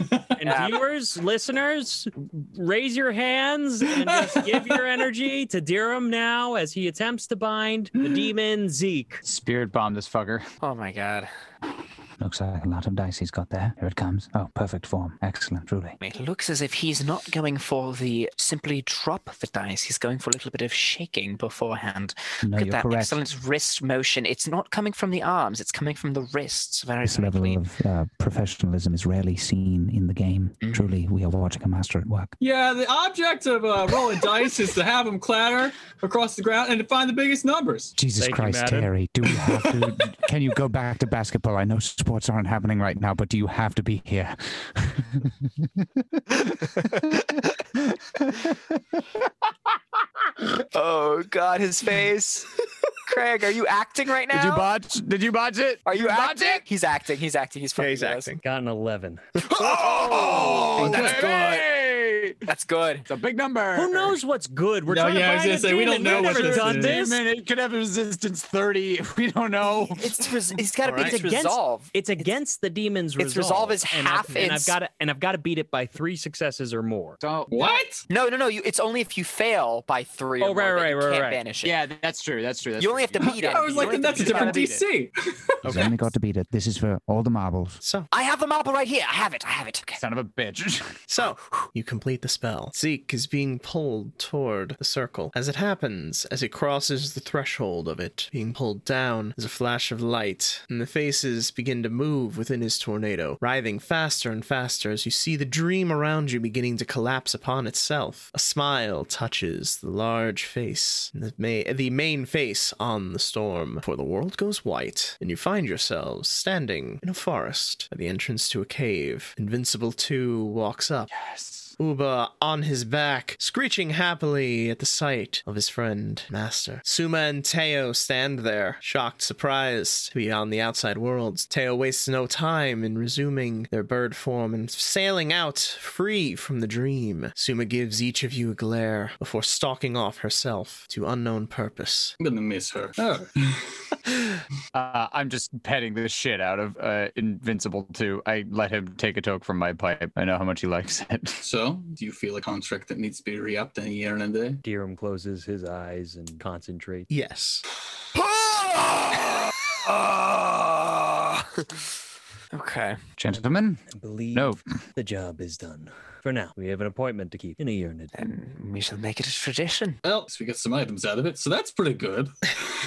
S3: power. And
S5: Yeah.
S3: viewers, listeners, raise your hands and just give your energy to Dirham now as he attempts to bind the demon Zeke.
S2: Spirit bomb this fucker.
S5: Oh my god.
S13: Looks like a lot of dice he's got there. Here it comes. Oh, perfect form. Excellent, truly.
S5: It looks as if he's not going for the simply drop the dice. He's going for a little bit of shaking beforehand.
S13: No,
S5: Look at
S13: you're
S5: that
S13: correct.
S5: excellent wrist motion. It's not coming from the arms, it's coming from the wrists. Very
S13: This level
S5: subtly.
S13: of uh, professionalism is rarely seen in the game. Truly, we are watching a master at work.
S4: yeah. The object of uh, rolling dice is to have them clatter across the ground and to find the biggest numbers.
S13: Jesus
S3: Thank you,
S13: Christ,
S3: madam.
S13: Terry, do we have to? can you go back to basketball? I know sports aren't happening right now, but do you have to be here?
S5: Oh god, his face. Craig, are you acting right now?
S2: Did you botch? Did you botch it?
S5: are you
S2: Did botch
S5: acting? He's acting. He's acting. He's fucking
S1: Yeah, he's
S5: with us.
S1: acting.
S3: Got an 11.
S2: Oh,
S5: that's
S2: baby!
S5: That's good.
S2: It's a big number.
S3: Who knows what's good? We're
S4: No,
S3: trying
S4: yeah, I
S3: to bind a
S4: was gonna say,
S3: demon.
S4: we don't know
S3: We've
S4: what
S3: never
S4: this
S3: done
S4: is.
S3: this.
S2: Demon, it could have resistance 30. We don't know.
S5: It's res- he's got to
S1: All
S5: beat
S1: right.
S5: his
S3: It's against-
S5: resolve.
S3: It's against the demon's
S5: Its
S3: resolve.
S5: resolve is
S3: and
S5: half
S3: I've, and
S5: its-
S3: I've got to and I've got to beat it by three successes or more.
S2: Don't.
S4: What?
S5: No, no, no. You, it's only if you fail by three.
S3: Oh,
S5: or more
S3: right,
S5: that
S3: right,
S5: you
S3: right,
S5: can't
S3: right.
S5: banish it.
S2: Yeah, that's true. That's true. That's
S5: You
S2: true.
S5: only have to beat it.
S4: I was
S5: You
S4: like,
S5: only
S4: then
S5: have
S4: that's
S5: to
S4: a
S5: beat it by
S4: different
S5: the leader.
S4: DC.
S13: He's only got to beat it. This is for all the marbles.
S1: So,
S5: I have the marble right here. I have it. I have it. Okay.
S2: Son of a bitch.
S1: so you complete the spell. Zeke is being pulled toward the circle. As it happens, as he crosses the threshold of it, being pulled down, there's a flash of light, and the faces begin to move within his tornado, writhing faster and faster as you see the dream around you beginning to collapse upon itself. A smile touches the large face, the, ma- the main face on the storm, for the world goes white, and you find yourselves standing in a forest at the entrance to a cave. Invincible 2 walks up. Uba on his back, screeching happily at the sight of his friend, Master. Suma and Teo stand there, shocked, surprised to be on the outside world. Teo wastes no time in resuming their bird form and sailing out free from the dream. Suma gives each of you a glare before stalking off herself to unknown purpose.
S4: I'm gonna miss her. Oh.
S2: Uh, I'm just petting the shit out of uh, Invincible 2. I let him take a toke from my pipe. I know how much he likes it.
S4: So, do you feel a contract that needs to be re-upped in a year and a day?
S3: Dirham closes his eyes and concentrates.
S1: Yes.
S5: okay.
S13: Gentlemen,
S3: I believe
S2: No.
S3: the job is done. For now, we have an appointment to keep in a year and a day.
S5: Then we shall make it a tradition.
S4: Well, so we got some items out of it, so that's pretty good.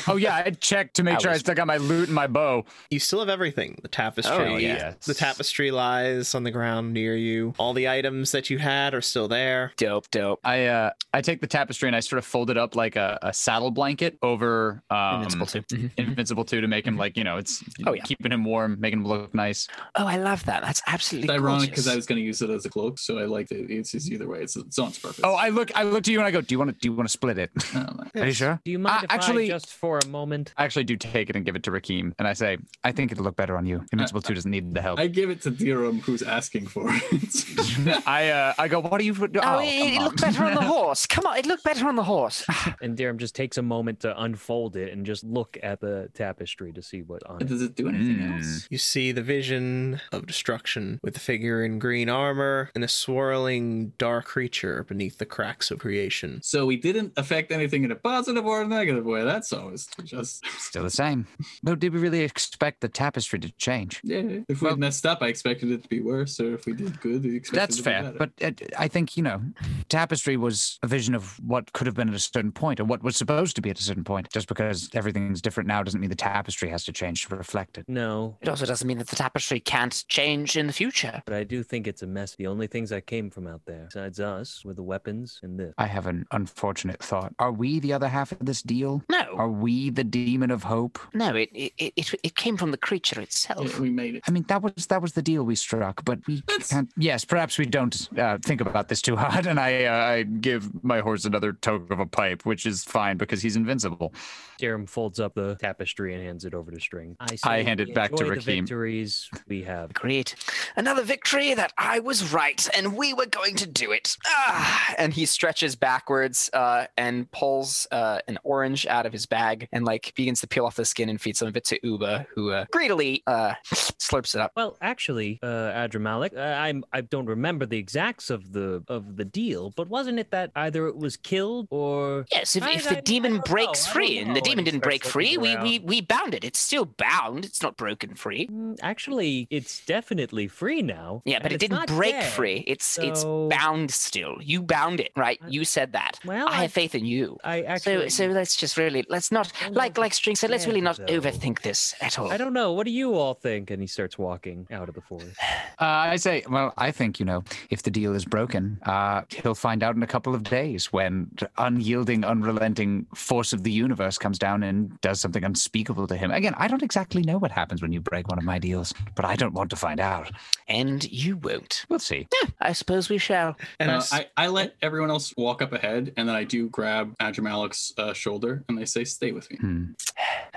S2: Oh, yeah, I checked to make
S5: That
S2: sure I
S5: was-
S2: stuck out my loot and my bow.
S1: You still have everything. The tapestry.
S2: Oh, yes.
S1: The tapestry lies on the ground near you. All the items that you had are still there.
S5: Dope, dope.
S2: I uh, I take the tapestry and I sort of fold it up like a, a saddle blanket over um,
S5: Invincible too. Mhm.
S2: Invincible 2 to make him like, you know, it's
S5: Oh, yeah.
S2: keeping him warm, making him look nice.
S5: Oh, I love that. That's
S4: It's
S5: absolutely
S4: ironic because I
S5: gorgeous.
S4: was gonna use it as a cloak, so I liked it. It's, it's either way. It's, it's on its purpose. Um,
S2: Oh, I look I look to you and I go, "Do you want to do you want to split it?"
S4: I don't know.
S13: are you sure?
S3: Do you mind
S2: Uh,
S3: if
S2: actually-
S3: I just for a moment?
S2: I actually do take it and give it to Rakim and I say, "I think it'll look better on you. Invincible 2 doesn't need the help."
S4: I give it to Dirham, who's asking for it.
S2: I uh, I go, "What are you oh,
S5: Oh, it, it
S2: come
S5: looked
S2: on."
S5: better on the horse. Come on, it looked better on the horse.
S3: And Dirham just takes a moment to unfold it and just look at the tapestry to see what's on it.
S4: Does it do anything
S2: Mm.
S4: else?
S1: You see the vision of destruction with the figure in green armor and a swirling dark creature beneath the cracks of creation.
S4: So we didn't affect anything in a positive or a negative way. That's always just
S13: Still the same. But did we really expect the tapestry to change?
S4: yeah. If we
S13: Well-
S4: messed up, I expected it to be worse, or if we did good, we expected
S2: That's
S4: it to be
S2: fair,
S4: better.
S13: But uh, I think, you know, tapestry was a vision of what could have been at a certain point or what was supposed to be at a certain point. Just because everything's different now doesn't mean the tapestry has to change to reflect it.
S3: No,
S5: It also doesn't mean that the tapestry can't change in the future.
S3: but I do think it's a mess. The only things that came from out there, besides us, were the weapons and this.
S13: I have an unfortunate thought. Are we the other half of this deal?
S5: No.
S4: Oh.
S13: Are
S8: we the demon of hope?
S5: No, it it, it, it came from the creature itself.
S4: Yeah, we made it.
S8: I mean, that was that was the deal we struck, but we
S4: That's-
S8: can't. Yes, perhaps we don't uh, think about this too hard. And I uh, I give my horse another toke of a pipe, which is fine because he's invincible.
S3: Jerem folds up the tapestry and hands it over to String. I,
S8: I
S3: say
S8: hand it
S3: we
S8: back to
S3: enjoy the
S8: Rakim.
S3: victories we have.
S5: Great. Another victory that I was right and we were going to do it. Ah! And he stretches backwards uh, and pulls uh, an orange out of his bag and like begins to peel off the skin and feed some of it to Uba, who uh, greedily uh, slurps it up.
S3: Well, actually, uh, Adramalik, uh, I'm I don't remember the exacts of the of the deal, but wasn't it that either it was killed or
S5: Yes, if,
S3: I-
S5: if
S3: I-
S5: the
S3: I
S5: demon
S3: don't
S5: breaks
S3: know, Oh, I don't
S5: free, and the
S3: know.
S5: demon
S3: And he
S5: didn't break
S3: starts looking
S5: free, we, we,
S3: around.
S5: we bound it. It's still bound, it's not broken free.
S3: Mm, actually it's definitely free now.
S5: Yeah, but
S3: and
S5: it
S3: it's
S5: didn't
S3: not
S5: break
S3: dead.
S5: free. It's it's
S3: so-
S5: bound still. You bound it, right?
S3: I-
S5: You said that.
S3: Well,
S5: I
S3: I-
S5: have faith in you.
S3: I actually
S5: so so let's just really let's not
S3: don't know
S5: like
S3: if
S5: like
S3: it's
S5: String said. Let's
S3: dead,
S5: really not
S3: though.
S5: overthink this at all.
S3: I don't know. What do you all think? And he starts walking out of the forest.
S8: Uh, I say, well, I think you know, if the deal is broken, uh, he'll find out in a couple of days when the unyielding, unrelenting force of the universe comes down and does something unspeakable to him. Again, I don't exactly know what happens when you break one of my deals, but I don't want to find out.
S5: And you won't.
S8: We'll see.
S5: I suppose we shall.
S10: And I
S4: uh,
S10: s-
S4: I, I let everyone else walk up ahead, and then I do grab Adramalik's uh, shoulder, and they say, "Stay with me."
S8: Hmm.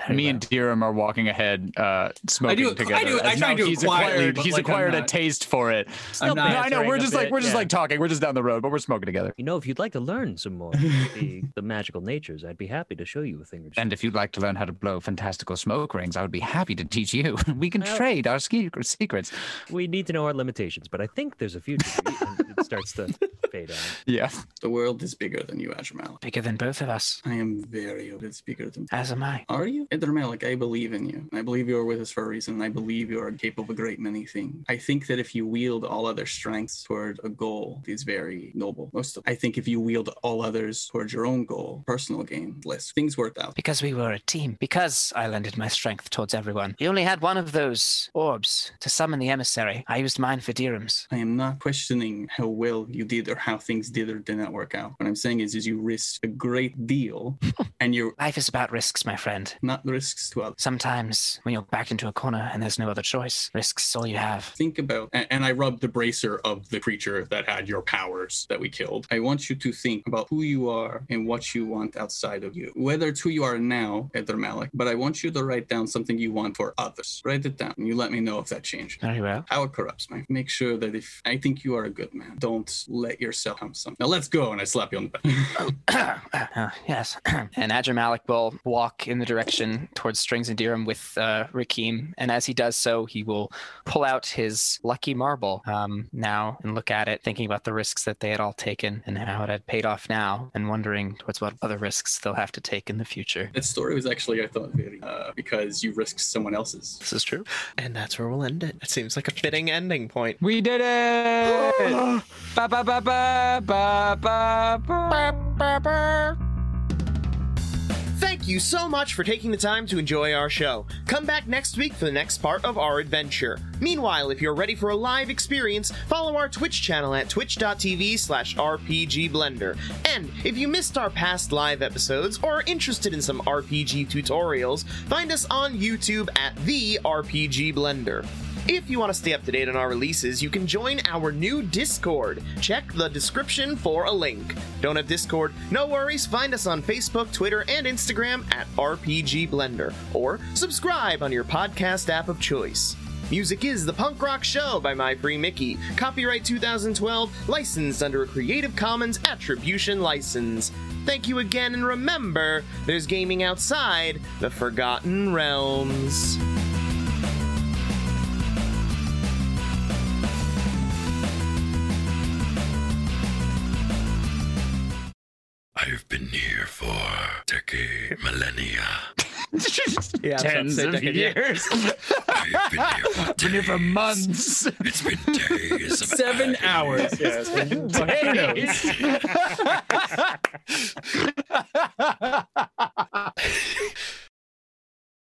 S5: Very
S11: Me
S5: well.
S11: and Deeram are walking ahead, uh, smoking
S4: do it- I
S11: together.
S4: do it- I
S11: as
S4: try
S11: now
S4: to do it
S11: he's
S4: quietly,
S11: acquired,
S4: but,
S11: he's
S4: like, I'm
S11: acquired a
S4: not-
S11: taste for it.
S4: I'm
S11: No, I
S4: not.
S11: know.
S3: answering
S11: We're
S3: a
S11: just like
S3: bit,
S11: we're just
S3: yeah.
S11: like talking. We're just down the road, but we're smoking together.
S3: You know, if you'd like to learn some more about the, the magical natures, I'd be happy to show you a thing or two.
S8: And if you'd like to learn how to blow fantastical smoke rings, I would be happy to teach you. We can
S3: Well-
S8: trade our ski- secrets.
S3: we need to know our limitations, but I think there's a future. and it starts to fade out.
S8: Yeah.
S4: The world is bigger than you, Adramalik.
S5: bigger than both of us.
S4: I am very old. It's bigger than.
S5: As am I.
S4: Are you? Adramalik, I believe in you. I believe you are with us for a reason. and I believe you are capable of a great many things. I think that if you wield all other strengths toward a goal, it is very noble. Most of I think if you wield all others towards your own goal, personal gain, less things worked out.
S5: Because we were a team. Because I lended my strength towards everyone. You only had one of those orbs to summon the emissary. I used mine for dirhams.
S4: I am not questioning how well you did or how things did or did not work out. What I'm saying is, is you risked a great deal, and you're
S5: Life is about risks, my friend.
S4: not risks to others.
S5: Sometimes when you're backed into a corner and there's no other choice, risks is all you have.
S4: Think about, a- and I rubbed the bracer of the creature that had your powers that we killed. I want you to think about who you are and what you want outside of you. Whether it's who you are now, Edder Malik, but I want you to write down something you want for others. Write it down, and you let me know if that changed.
S5: Very well.
S4: Power corrupts, man. Make sure that if I think you are a good man, don't let yourself harm something. Now let's go, and I slap you on the back.
S5: Uh, yes. and Adramalik will walk in the direction towards Strings and Dirham with uh, Rakim. And as he does so, he will pull out his lucky marble um, now and look at it, thinking about the risks that they had all taken and how it had paid off now, and wondering towards what other risks they'll have to take in the future.
S4: That story was actually, I thought, very uh, because you risked someone else's.
S5: This is true.
S10: and that's where we'll end it. It seems like a fitting ending point.
S8: We did it! ba, ba, ba, ba, ba, ba, ba.
S1: Thank you so much for taking the time to enjoy our show. Come back next week for the next part of our adventure. Meanwhile, if you're ready for a live experience, follow our Twitch channel at twitch.tv slash rpgblender. And if you missed our past live episodes or are interested in some RPG tutorials, find us on YouTube at the RPG Blender. If you want to stay up to date on our releases, you can join our new Discord. Check the description for a link. Don't have Discord? No worries. Find us on Facebook, Twitter, and Instagram at RPG Blender, or subscribe on your podcast app of choice. Music is The Punk Rock Show by My Free Mickey. Copyright 2012, licensed under a Creative Commons Attribution License. Thank you again, and remember, there's gaming outside the Forgotten Realms.
S6: I've been here for decade, millennia.
S10: Yeah,
S11: Tens of years.
S6: I've been here for
S11: Been here for
S6: days.
S11: months.
S6: It's been days. of
S4: Seven
S6: agony.
S4: hours. Yes.
S11: Days.